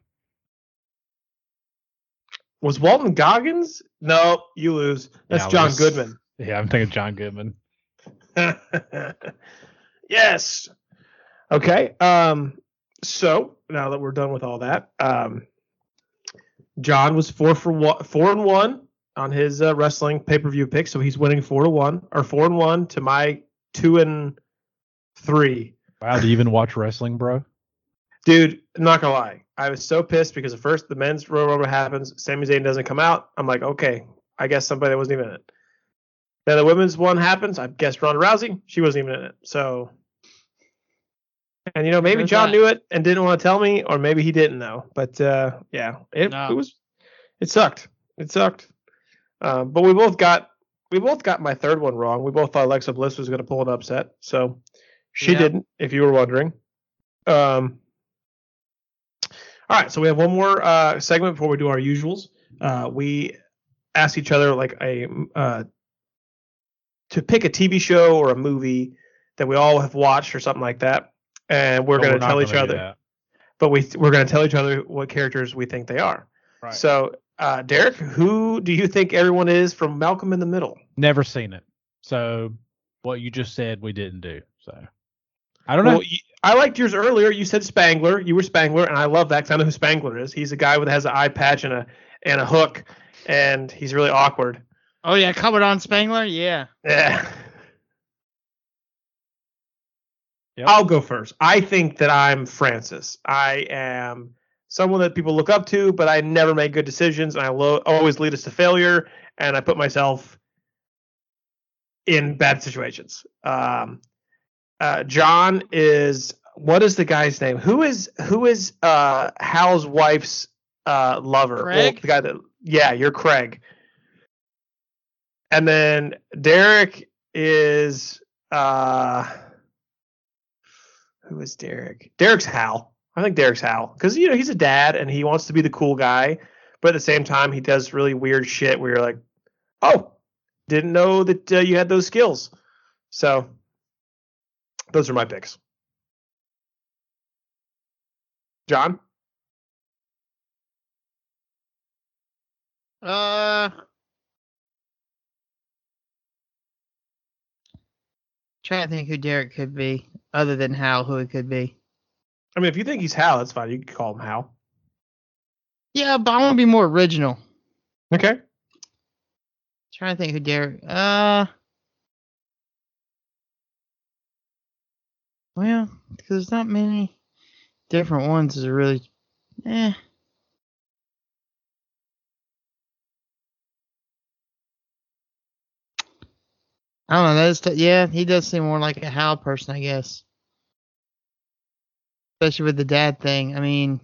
Was Walton Goggins? No, you lose. That's
Yeah, I
John
lose.
Goodman.
Yeah, I'm thinking John Goodman.
[LAUGHS] yes. Okay. Um. So now that we're done with all that, um, John was four for one, four and one on his uh, wrestling pay per view pick, so he's winning four to one or four and one to my two and three.
Wow, do you even watch wrestling, bro?
Dude, I'm not gonna lie. I was so pissed because at first the men's Royal Rumble happens, Sami Zayn doesn't come out. I'm like, okay, I guess somebody wasn't even in it. Then the women's one happens. I guess Ronda Rousey, she wasn't even in it. So, and you know, maybe
There's
John
that.
knew it and didn't want to tell me, or maybe he didn't know. But uh, yeah, it,
No.
it was, it sucked. It sucked. Uh, but we both got we both got my third one wrong. We both thought Alexa Bliss was going to pull an upset, so she
Yeah.
didn't. If you were wondering. Um, all right, so we have one more uh, segment before we do our usuals. Uh, we ask each other like a uh, to pick a TV show or a movie that we all have watched or something like that, and we're
But
going to
not
tell each
gonna do
other.
that.
But we we're going to tell each other what characters we think they are.
Right.
So, uh, Derek, who do you think everyone is from Malcolm in the Middle?
Never seen it. So what you just said, we didn't do. So I don't know.
Well, you- I liked yours earlier. You said Spangler. You were Spangler, and I love that 'cause I know who Spangler is. He's a guy with has an eye patch and a and a hook, and he's really
[LAUGHS]
awkward.
Oh yeah, covered on Spangler. Yeah.
Yeah.
Yep.
I'll go first. I think that I'm Francis. I am someone that people look up to, but I never make good decisions, and I lo- always lead us to failure, and I put myself in bad situations. Um, uh, John is what is the guy's name? Who is who is uh, Hal's wife's uh, lover? Well,
Craig?
the guy that yeah, you're Craig. And then Derek is uh who is Derek? Derek's Hal. I think Derek's Hal because you know he's a dad and he wants to be the cool guy, but at the same time he does really weird shit where you're like, oh, didn't know that uh, you had those skills. So those are my picks. John,
Uh. Trying to think who Derek could be, other than Hal, who he could be.
I mean, if you think he's Hal, that's fine. You can call him Hal.
Yeah, but I want to be more original.
Okay.
Trying to think who Derek. Uh. Well, because there's not many different ones. Is really, eh. I don't know. That's t- yeah. He does seem more like a Hal person, I guess. Especially with the dad thing. I mean,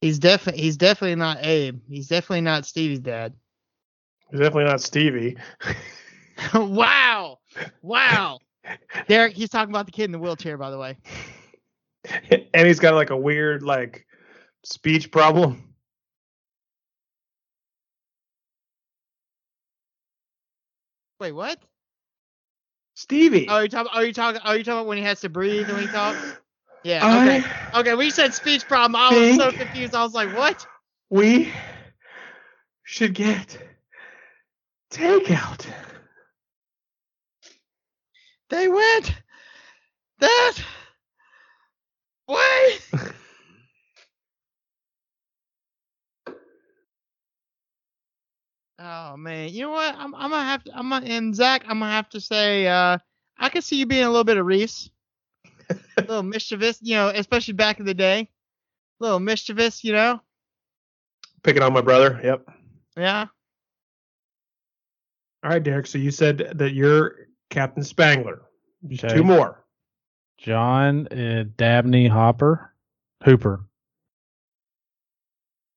he's definitely he's definitely not Abe. He's definitely not Stevie's dad.
It's definitely not Stevie. [LAUGHS]
[LAUGHS] wow. Wow. Derek, he's talking about the kid in the wheelchair, by the way.
and he's got like a weird like speech problem.
Wait, what?
Stevie.
Oh, you talking? Are you talking? Are you talking about when he has to breathe and when he talks? Yeah. Okay.
I
Okay. We said speech problem. I was so
think-
confused. I was like, what?
we should get takeout.
They went that way. [LAUGHS] oh man, you know what? I'm, I'm gonna have to. I'm gonna and Zach. I'm gonna have to say. Uh, I can see you being a little bit of Reese, a little mischievous. You know, especially back in the day, a little mischievous. You know.
Picking on my brother. Yep.
Yeah.
All right, Derek. So you said that you're Captain Spangler. Just
Okay.
Two more.
John uh, Dabney Hopper, Hooper.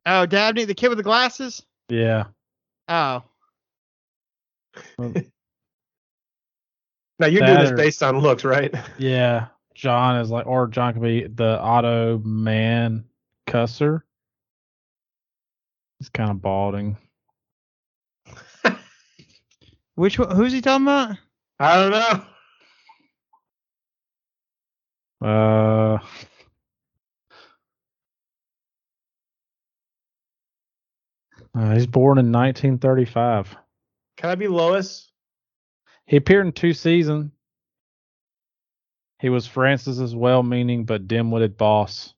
Oh, Dabney, the kid with the glasses.
Yeah.
Oh.
Now you're
That
doing this
or-
based on looks, right?
Yeah, John is like, or John could be the auto man cusser. He's kind of balding.
Which one? Who's he talking about?
I don't know.
Uh, uh, he's born in 1935.
Can I be Lois?
He appeared in two seasons. He was Francis's well-meaning but dim-witted boss.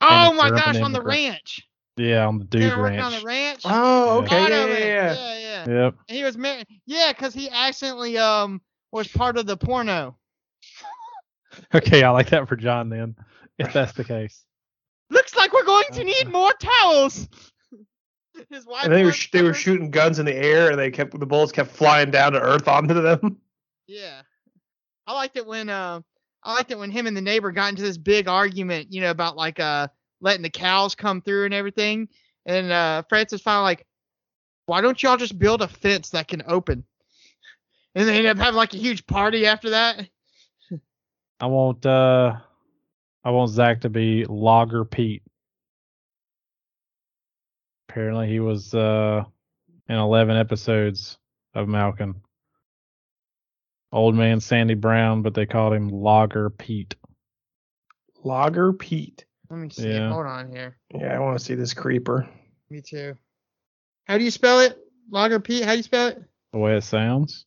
And
Oh
a
my
urban
gosh, on the
immigrant.
ranch.
Yeah, on the
They
dude
were working on
ranch.
the ranch.
Oh,
Yeah.
okay.
God,
Yeah, yeah,
I mean,
yeah.
yeah, yeah.
Yep.
And He was married. Yeah, because he accidentally um was part of the porno.
[LAUGHS] Okay, I like that for John then, if that's the case.
Looks like we're going to need more towels. [LAUGHS] His
Uh-huh.
wife.
And they were
was
sh- they were
covered.
shooting guns in the air, and they kept the bullets kept flying down to earth onto them.
Yeah. I liked it when uh, I liked it when him and the neighbor got into this big argument, you know, about like uh letting the cows come through and everything. And uh Francis finally like, why don't y'all just build a fence that can open? And they end up having like a huge party after that.
I want uh I want Zach to be Logger Pete. Apparently he was uh in eleven episodes of Malcolm. Old man Sandy Brown, but they called him Logger Pete.
Logger Pete.
Let me see.
Yeah.
Hold on here.
Yeah, I want to see this creeper.
Me too. How do you spell it? Logger Pete, how do you spell it?
The way it sounds.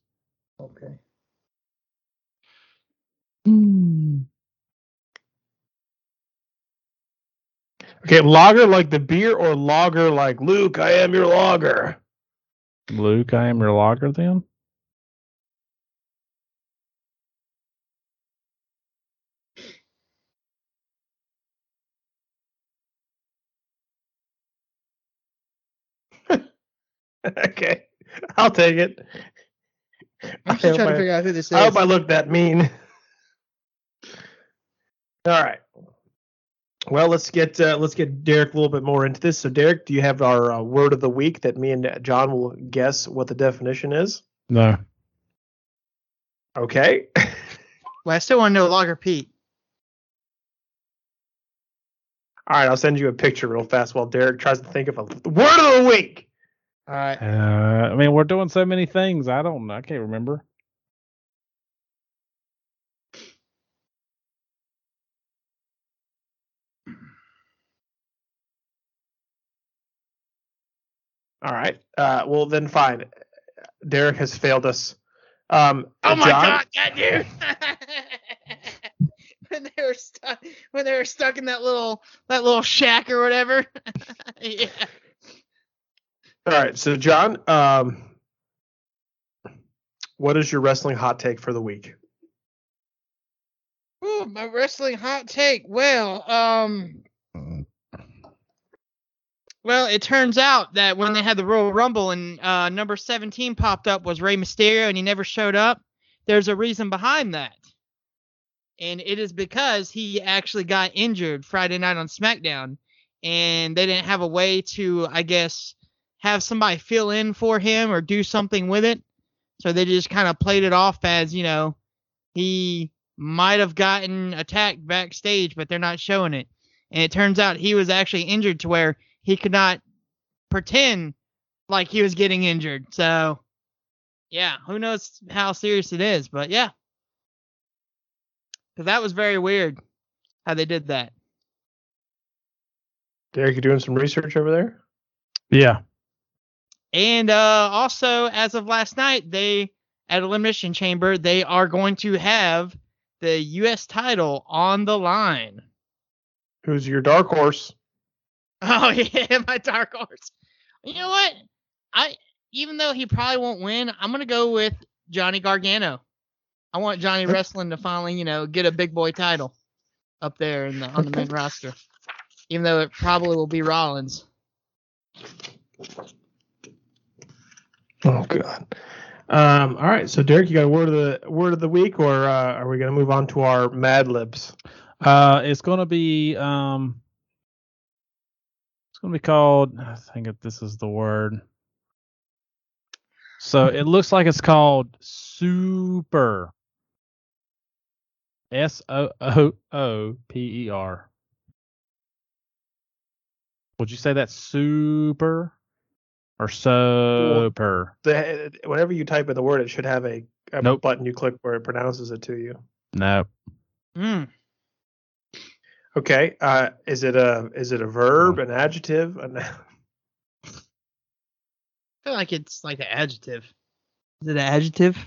Okay. Mm.
Okay, lager like the beer or lager like Luke, I am your lager. [LAUGHS]
Luke, I am your logger then?
okay. I'll take it.
I'm still
I
trying
hope
to
I-
figure out who this is.
I hope I look that mean. [LAUGHS] All right. Well, let's get uh, let's get Derek a little bit more into this. So, Derek, do you have our uh, word of the week that me and John will guess what the definition is?
No.
Okay.
well, I still want to know Logger Pete.
All right, I'll send you a picture real fast while Derek tries to think of a word of the week.
All right.
Uh, I mean we're doing so many things. I don't I can't remember.
All right. Uh, well, then fine. Derek has failed us. Um,
Oh my
John-
god, that dude! [LAUGHS] when they were stuck, when they were stuck in that little that little shack or whatever. [LAUGHS] yeah.
All right, so John, um, what is your wrestling hot take for the week?
Ooh, my wrestling hot take. Well, um, well, it turns out that when they had the Royal Rumble and uh, number seventeen popped up was Rey Mysterio, and he never showed up. There's a reason behind that, and it is because he actually got injured Friday night on SmackDown, and they didn't have a way to, I guess, have somebody fill in for him or do something with it. So they just kind of played it off as, you know, he might have gotten attacked backstage, but they're not showing it. And it turns out he was actually injured to where he could not pretend like he was getting injured. So, yeah, who knows how serious it is, but yeah. Because that was very weird how they did that.
Derek, you doing some research over there?
Yeah.
And uh, also, as of last night, they at Elimination Chamber they are going to have the U.S. title on the line.
Who's your dark horse?
[LAUGHS] Oh yeah, my dark horse. You know what? I even though he probably won't win, I'm gonna go with Johnny Gargano. I want Johnny Wrestling to finally, you know, get a big boy title up there in the, on the [LAUGHS] main roster. Even though it probably will be Rollins.
Oh God. Um, all right, so Derek, you got a word of the word of the week, or uh, are we going to move on to our Mad Libs?
Uh, it's going to be um, it's going to be called. I think if this is the word. So it looks like it's called super. S O O O P E R. Would you say that's super or super?
The, whenever you type in the word, it should have a, a
Nope.
button you click where it pronounces it to you.
No.
Mm.
Okay, uh, is it a is it a verb, an adjective? [LAUGHS] An,
I feel like it's like an adjective. Is it an adjective?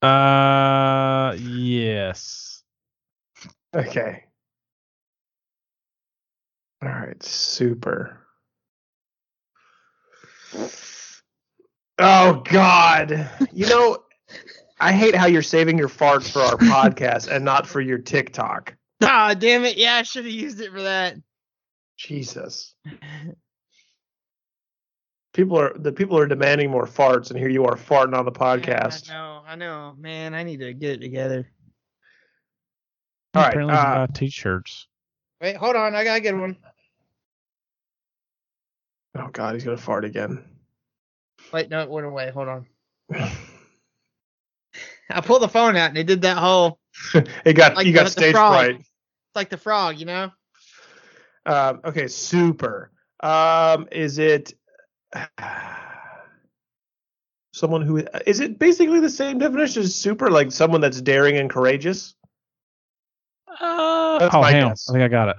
Uh, yes.
okay. All right, super. Oh God! You know, I hate how you're saving your farts for our podcast and not for your TikTok.
Ah, damn it! Yeah, I should have used it for [LAUGHS] that.
Jesus. People are the people are demanding more farts, and here you are farting on the podcast.
No, I know, man. I need to get it together.
All right,
Apparently, you
uh,
buy t-shirts.
Wait, hold on. I got a good one.
Oh God, he's gonna fart again. [LAUGHS]
Wait, no, it went away. Hold on. I pulled the phone out and it did that whole.
it got
Like
you
the-
got
the
stage
frog.
fright.
It's like the frog, you know.
Um, okay, super. Um, is it [SIGHS] someone who is it basically the same definition as super, like someone that's daring and courageous?
Uh,
Uh,
that's
oh,
my
hell.
guess.
I think I got it.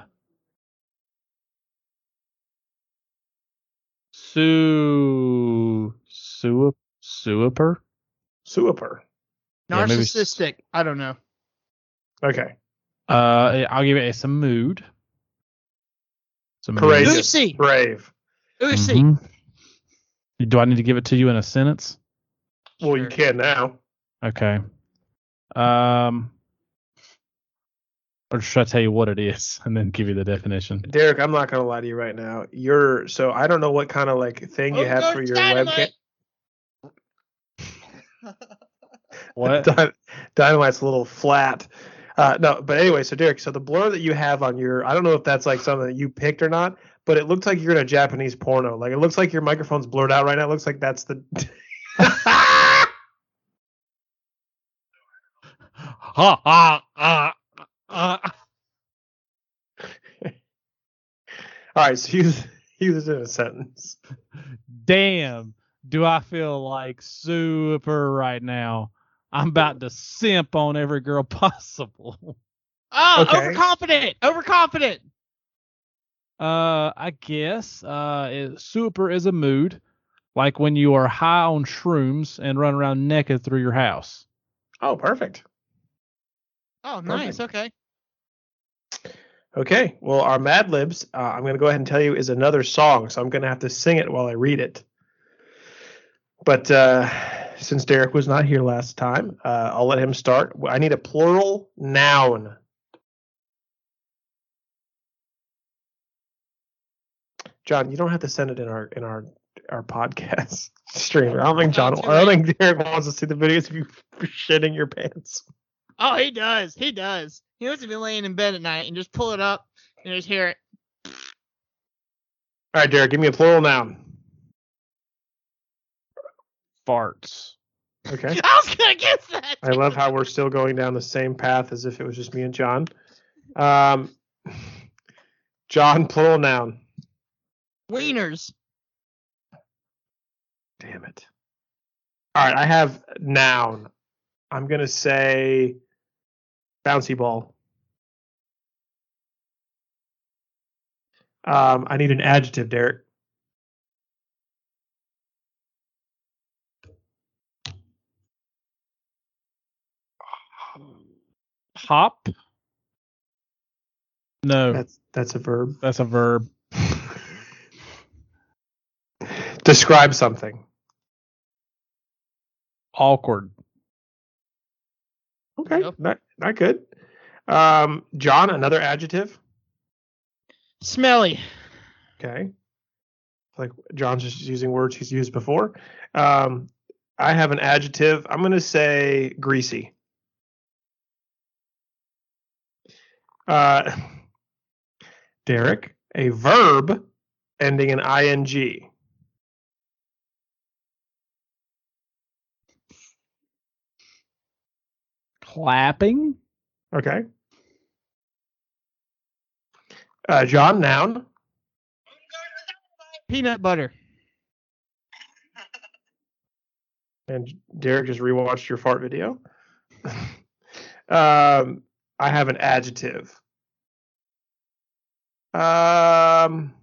Su su suiper.
Super.
Yeah, maybe-
Narcissistic. I don't know.
Okay.
Uh, I'll give it. It's a mood. It's a mood.
Courageous. Just-
Lucy.
Brave.
Lucy.
Mm-hmm. Mhm. Do I need to give it to you in a sentence?
Well, you
Sure.
can now.
Okay. Um, or should I tell you what it is [LAUGHS] and then give you the definition?
Derek, I'm not gonna lie to you right now. You're so I don't know what kind of like thing you
Oh,
have
no,
for
it's
your webcam.
dynamite.
[LAUGHS] What?
[LAUGHS] Dyn- Dynamite's a little flat. Uh, no, but anyway, so Derek, so the blur that you have on your, I don't know if that's like something that you picked or not, but it looks like you're in a Japanese porno. Like it looks like your microphone's blurred out right now. It looks like that's the. [LAUGHS]
ha ha ha. ha.
All right, so use use it in a sentence.
damn, do I feel like super right now? I'm about to simp on every girl [LAUGHS] possible.
Oh,
Okay.
overconfident. Overconfident.
Uh, I guess uh, it, super is a mood, like when you are high on shrooms and run around naked through your house.
Oh, perfect.
Oh, nice. Okay.
Okay, well, our Mad Libs, uh, I'm going to go ahead and tell you, is another song, so I'm going to have to sing it while I read it. But uh, since Derek was not here last time, uh, I'll let him start. I need a plural noun. John, you don't have to send it in our in our our podcast [LAUGHS] stream. I don't think John. I don't think Derek wants to see the videos of you [LAUGHS] shitting your pants.
Oh, he does. He does. He wants to be laying in bed at night and just pull it up and just hear it.
All right, Derek, give me a plural noun.
Farts.
Okay.
I was gonna guess that.
I love how we're still going down the same path as if it was just me and John. Um, [LAUGHS] John, plural noun.
Wieners.
Damn it. All right, I have noun. I'm going to say bouncy ball. Um, I need an adjective, Derek.
Hop. No, that's,
That's that's a verb.
a verb.
Describe something.
Awkward.
Okay,
Yep.
not not good. Um, John, another adjective.
Smelly.
Okay, like John's just using words he's used before. Um, I have an adjective. I'm gonna say greasy. Uh, [LAUGHS] Derek, a verb ending in ing.
Clapping.
Okay. Uh, John, noun.
Peanut butter.
And Derek just rewatched your fart video. um, I have an adjective. Um,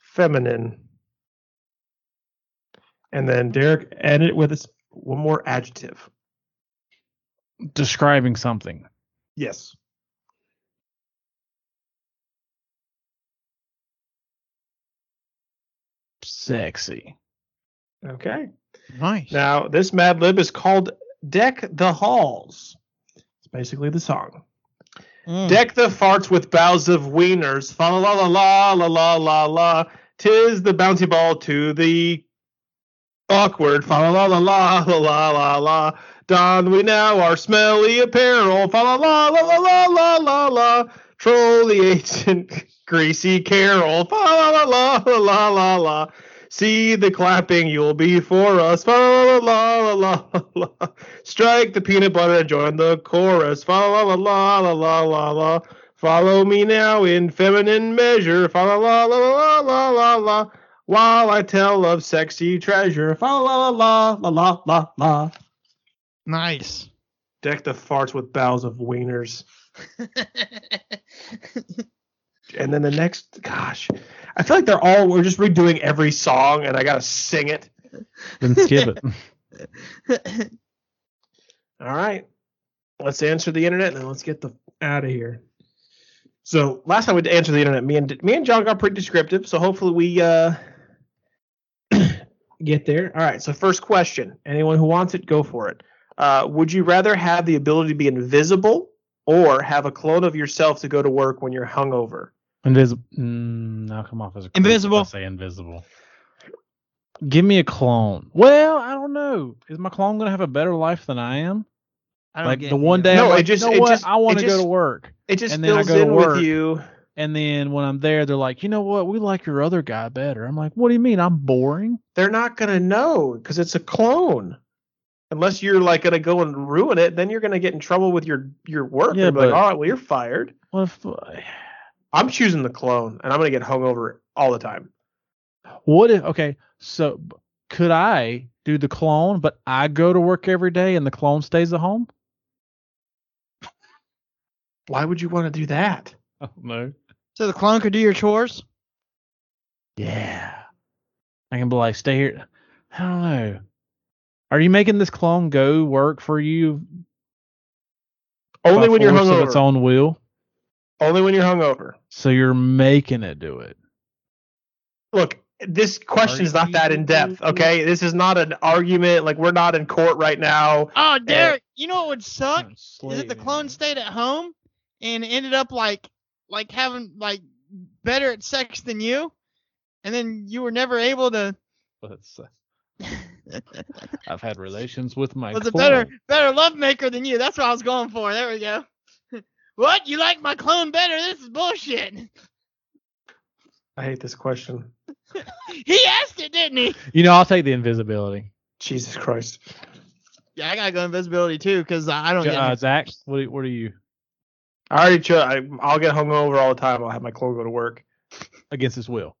feminine. And then Derek edit with us one more adjective.
Describing something.
Yes.
[LAUGHS] Sexy.
Okay.
Nice.
Now this Mad Lib is called "Deck the Halls." It's basically the song.
Mm.
Deck the farts with boughs of wieners. Fa la la la la la la la. Tis the bouncy ball to the awkward. Fa la la la la la la la la. Don we now our smelly apparel. Fa la la la la la la la la. Troll the ancient [LAUGHS] greasy carol. Fa la la la la la la la. See the clapping, you'll be for us. Fa la la la la la la. Strike the peanut butter and join the chorus. Fa la la la la la la la. Follow me now in feminine measure. Fa la la la la la la la. While I tell of sexy treasure. Fa la la la la la la la.
Nice.
Deck the farts with boughs of wieners. And then the next, gosh, I feel like they're all, we're just redoing every song and I gotta sing it.
Then skip it.
All right. Let's answer the internet and then let's get the out of here. So last time we answered the internet, me and me and John got pretty descriptive. So hopefully we uh, [CLEARS THROAT] get there. All right. So first question. Anyone who wants it, go for it. Uh, would you rather have the ability to be invisible or have a clone of yourself to go to work when you're hungover?
Invisible. Mm, now come off as a creep if
Invisible.
I say invisible. Give me a clone. Well, I don't know. Is my clone gonna have a better life than I am?
I don't
Like
get
the one
you.
day,
No,
I'm
it
like, you
just-
know
it
what?
just-
I want
it
to go to
just-
work.
It just
And then I
fills
go to
in
work.
with you.
And then when I'm there, they're like, you know what? We like your other guy better. I'm like, what do you mean? I'm boring.
They're not gonna know because it's a clone. Unless you're like gonna go and ruin it, then you're gonna get in trouble with your your work.
Yeah,
Yeah, like,
but-
all right, well you're fired.
Well, if,
I'm choosing the clone, and I'm gonna get hungover all the time.
what if? Okay, so b- could I do the clone, but I go to work every day and the clone stays at home?
Why would you want to do that?
Oh no.
So the clone could do your chores.
Yeah. I can be like, stay here. I don't know. Are you making this clone go work for you?
Only
by
when you're
force Of its
hungover.
own will.
Only when you're hungover.
So you're making it do it.
Look, this question is not that in depth. Okay, this is not an argument. Like we're not in court right now.
Oh, Derek, you know what would suck? Is
Slave,
if the
Uh, man.
clone stayed at home and ended up like like having like better at sex than you, and then you were never able to
Let's- I've had relations with my.
[LAUGHS] was a
clone.
better better love maker than you. That's what I was going for. [LAUGHS] There we go. what? You like my clone better? This is bullshit.
I hate this question.
[LAUGHS] He asked it, didn't he?
You know, I'll take the invisibility.
Jesus Christ.
Yeah, I gotta go invisibility Oh, too, because I don't
J-
get
Uh,
it.
Zach, what are, what are you
I already. Cho- I, I'll get hungover all the time. I'll have my clone go to work.
against his will?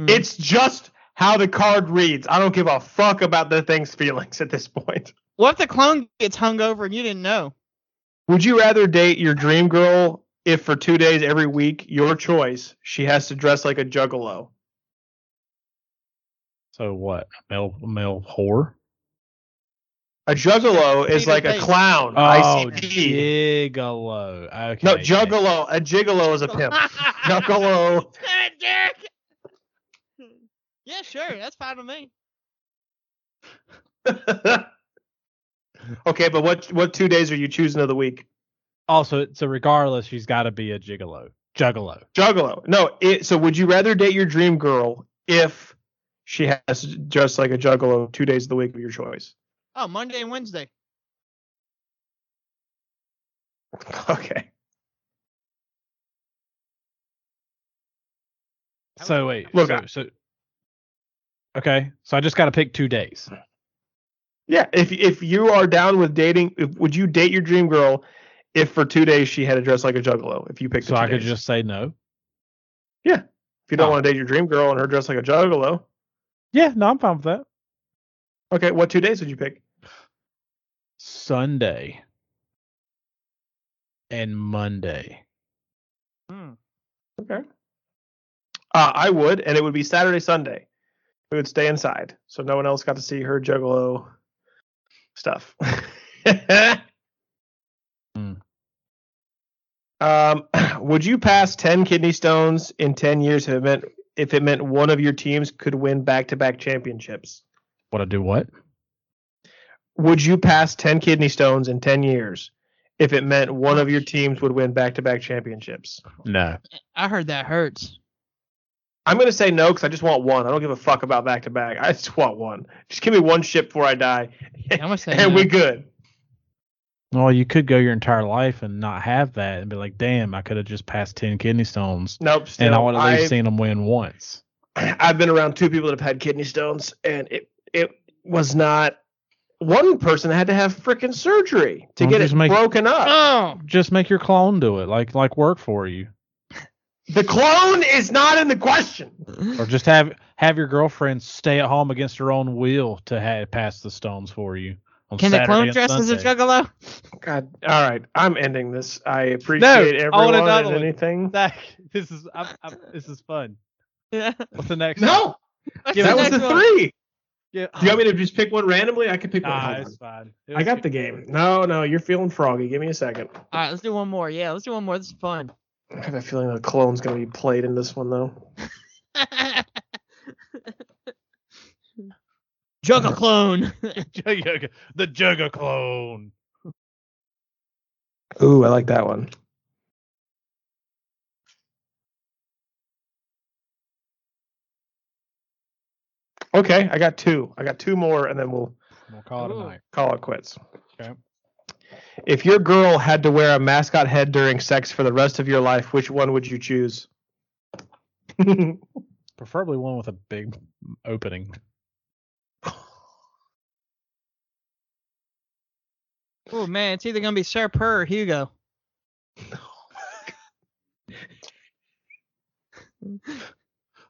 Mm.
It's just how the card reads. I don't give a fuck about the thing's feelings at this point.
What if the clone gets hung over and you didn't know?
Would you rather date your dream girl if for two days every week, your choice, she has to dress like a juggalo?
So what? A male, a male whore?
A juggalo is
Peter
like a
Pan.
clown.
Oh,
ICP.
gigolo. Okay.
No, juggalo. A gigolo is a pimp.
[LAUGHS]
juggalo.
Damn it, Derek! Yeah, sure, that's fine with me.
[LAUGHS] okay, but what what two days are you choosing of the week?
Also, so regardless, she's got to be a gigolo. Juggalo.
Juggalo. No, it, so would you rather date your dream girl if she has to dress like a juggalo two days of the week of your choice? [LAUGHS]
Oh, Monday and Wednesday.
Okay.
So wait.
Look,
so,
I-
so okay. So I just got to pick two days.
Yeah, if if you are down with dating, if, would you date your dream girl if for two days she had to dress like a juggalo? If you picked,
So
the two
I could
days?
just say no.
if you don't
Oh.
want to date your dream girl and her dress like a juggalo,
Yeah, no, I'm fine with that.
okay, what two days would you pick?
Sunday and Monday.
Okay. Uh, I would, and it would be Saturday, Sunday. We would stay inside, so no one else got to see her juggalo stuff.
Hmm.
Um, [CLEARS THROAT] would you pass ten kidney stones in ten years if it meant if it meant one of your teams could win back-to-back championships?
What I do? What?
Would you pass ten kidney stones in ten years if it meant one of your teams would win back-to-back championships?
No.
I heard that hurts.
I'm gonna say no because I just want one. I don't give a fuck about back to back. I just want one. Just give me one ship before I die,
I'm gonna
[LAUGHS]
say
and
no.
we good.
Well, you could go your entire life and not have that, and be like, "Damn, I could have just passed ten kidney stones,
Nope. Still,
and I would at least
I've,
seen them win once."
[CLEARS THROAT] I've been around two people that have had kidney stones, and it it was not. One person had to have freaking surgery to
Well,
get
just
it
make-
broken up.
Oh,
Just make your clone do it, like like work for you,
The clone is not in the question.
or just have have your girlfriend stay at home against her own will to have pass the stones for you. On
can the
Saturday
clone
and
dress as a
Sunday.
juggalo? [LAUGHS]
God. All right. I'm ending this. I appreciate
I want
everyone
another
and
one.
anything.
Zach, [LAUGHS] this is I'm, I'm, this is fun.
Yeah.
What's the next? one?
No,
Yeah,
that was
next
the
one.
three.
Yeah.
Do you want me to just pick one randomly? I
[LAUGHS]
could pick one.
Nah,
Hold on.
it's fine. It
I
was
got the
[LAUGHS] good.
game. No, no, you're feeling froggy. Give me a second.
All right, let's do one more. Yeah, let's do one more. This is
[LAUGHS]
fun.
I have a feeling the clone's gonna be played in this one though.
Jugga clone. [LAUGHS]
Jugga- the Jugga clone.
Ooh, I like that one. Okay, I got two. I got two more, and then we'll
We'll call it
Ooh.
a night.
call it quits.
Okay.
If your girl had to wear a mascot head during sex for the rest of your life, which one would you choose? [LAUGHS]
Preferably one with a big opening.
oh man, it's either gonna be Sir Purr or Hugo.
Oh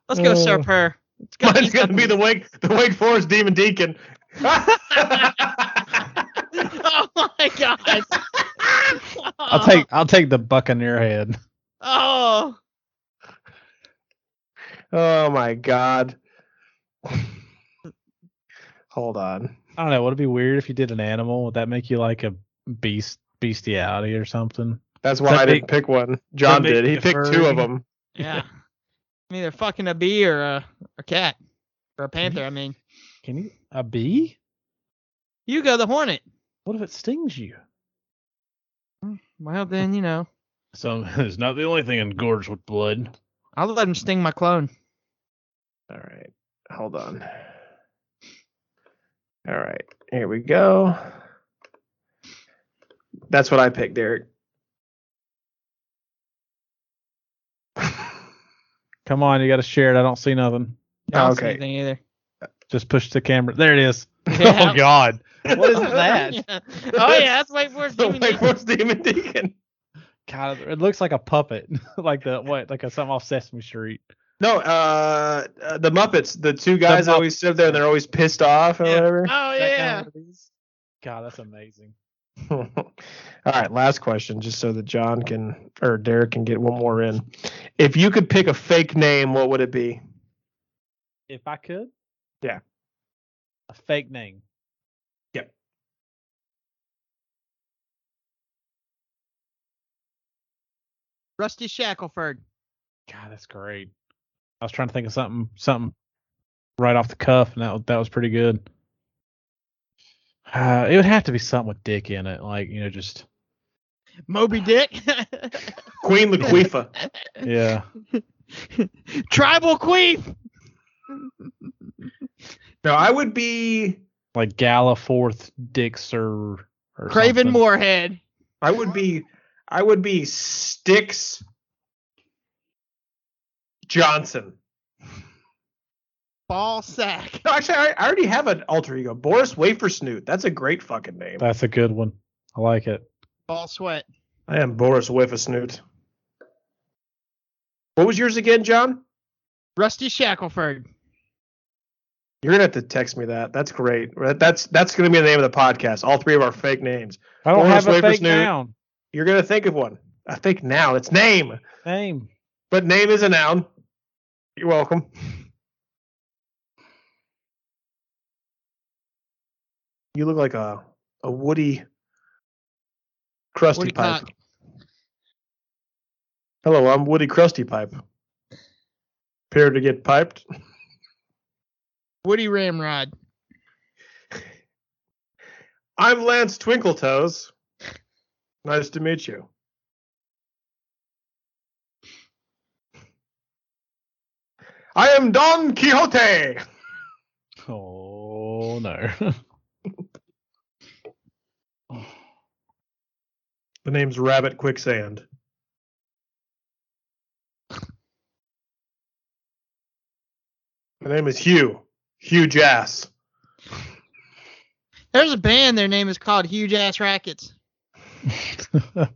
Let's go, Sir
Uh,
Purr. It's
Mine's gonna be the Wake the Wake Forest Demon Deacon.
[LAUGHS] oh my god.
I'll take I'll take the Buccaneer head.
[LAUGHS] Oh.
Oh my god. Hold on.
I don't know. Would it be weird if you did an animal? Would that make you like a beast bestiality or something?
That's why
that
I didn't
make-
pick one. John
make
did. He
you
picked two
furry?
of them.
Yeah. I'm either fucking a bee or a, a cat or a panther. I mean,
Can you a bee?
Hugo the hornet.
What if it stings you?
Well, then you know,
So [LAUGHS] it's not the only thing engorged with blood.
I'll let him sting my clone.
All right. Hold on. All right. Here we go. That's what I picked, Derek.
Come on, you got to share it. I don't see nothing.
I don't see
Okay.
anything either.
Just push the camera. There it is. [LAUGHS]
Yeah.
Oh God.
What is
[LAUGHS]
that?
Oh [LAUGHS] yeah, that's Wake Forest
The
Demon.
Wake
Legion.
Forest Demon Deacon.
God, it looks like a puppet, [LAUGHS] like the what, like a something off Sesame Street.
No, uh, uh, the Muppets. The two guys
Mupp-
always sit there and they're always pissed off or
Yeah.
whatever.
That
Oh yeah.
kind of is- God, that's amazing.
All right, last question, just so that John can or Derek can get one more in. If you could pick a fake name, what would it be?
If I could.
Yeah.
A fake name.
Yep.
Rusty Shackleford.
God, that's great. I was trying to think of something, something right off the cuff, and that was- that was pretty good. Uh, it would have to be something with dick in it, like you know, just
Moby Dick. [LAUGHS]
Queen Laquifa.
yeah.
Tribal Queef.
[LAUGHS] no, I would be.
like Gala Fourth Dix or, or
Craven
something.
Moorhead.
I would be. I would be Sticks Johnson.
Ball sack.
No, actually, I, I already have an alter ego, Boris Wafer Snoot. That's a great fucking name.
That's a good one. I like it.
Ball sweat.
I am Boris Wafer Snoot. What was yours again, John?
Rusty Shackleford.
You're gonna have to text me that. That's great. That- That's that's gonna be the name of the podcast. All three of our fake names.
I don't
Boris
have a
Wafer
fake
Snoot.
noun.
You're gonna think of one. I think now it's name,
Name.
but name is a noun. You're welcome. You look like a a woody, crusty
Woody
pipe.
cock.
Hello, I'm Woody Crusty Pipe. Appear to get piped.
Woody Ramrod.
I'm Lance Twinkletoes. Nice to meet you. I am Don Quixote.
Oh no. [LAUGHS]
The name's Rabbit Quicksand. My name is Hugh. Huge ass.
There's a band. Their name is called Huge Ass Rackets.
My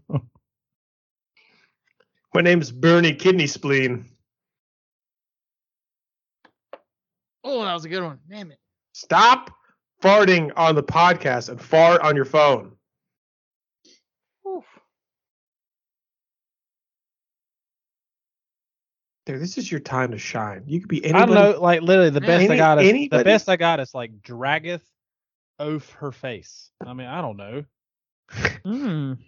name's Bernie Kidney Spleen.
Oh, that was a good one. Damn it.
Stop farting on the podcast and fart on your phone. Dude, this is your time to shine. You could be anybody.
I don't know. Like literally, the
Yeah,
best I
any-
got is
anybody.
the best I got is like draggeth oaf her face. I mean, I don't know.
Hmm.
Mm.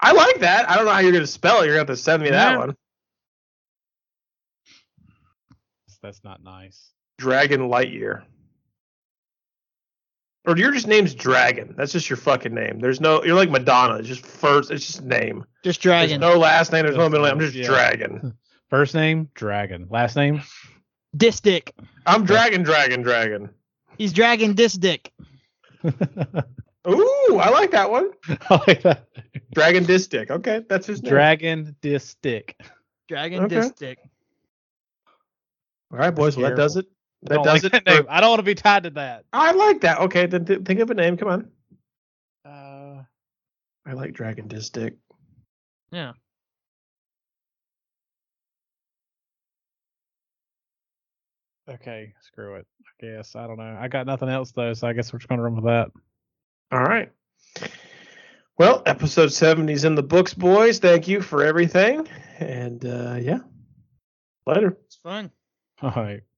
I like that. I don't know how you're gonna spell it. You're gonna have to send me that
Yeah.
one.
That's- That's not nice.
Dragon Lightyear. Or your just name's Dragon. That's just your fucking name. There's no. You're like Madonna. It's just first. It's just name.
Just
There's
Dragon.
no last name. There's no middle name. I'm just
Yeah.
Dragon.
First name Dragon. Last name [LAUGHS]
Distick.
I'm Dragon. Dragon. Dragon.
He's Dragon Distick.
Ooh, I like that one.
I like that.
Dragon Distick. Okay, that's his name.
Dragon Distick.
Dragon
Okay.
Distick.
All right, boys. Well, that does it. That
Don't
does it.
like that name.
for-
I don't want to be tied to that.
I like that. Okay, then th- think of a name. Come on.
Uh,
I like Dragon Distick.
Yeah.
okay, screw it. I guess I don't know. I got nothing else though, so I guess we're just gonna run with that. [LAUGHS]
All right. Well, episode 70 is in the books, boys. Thank you for everything. And uh, yeah, later.
It's fun.
All right.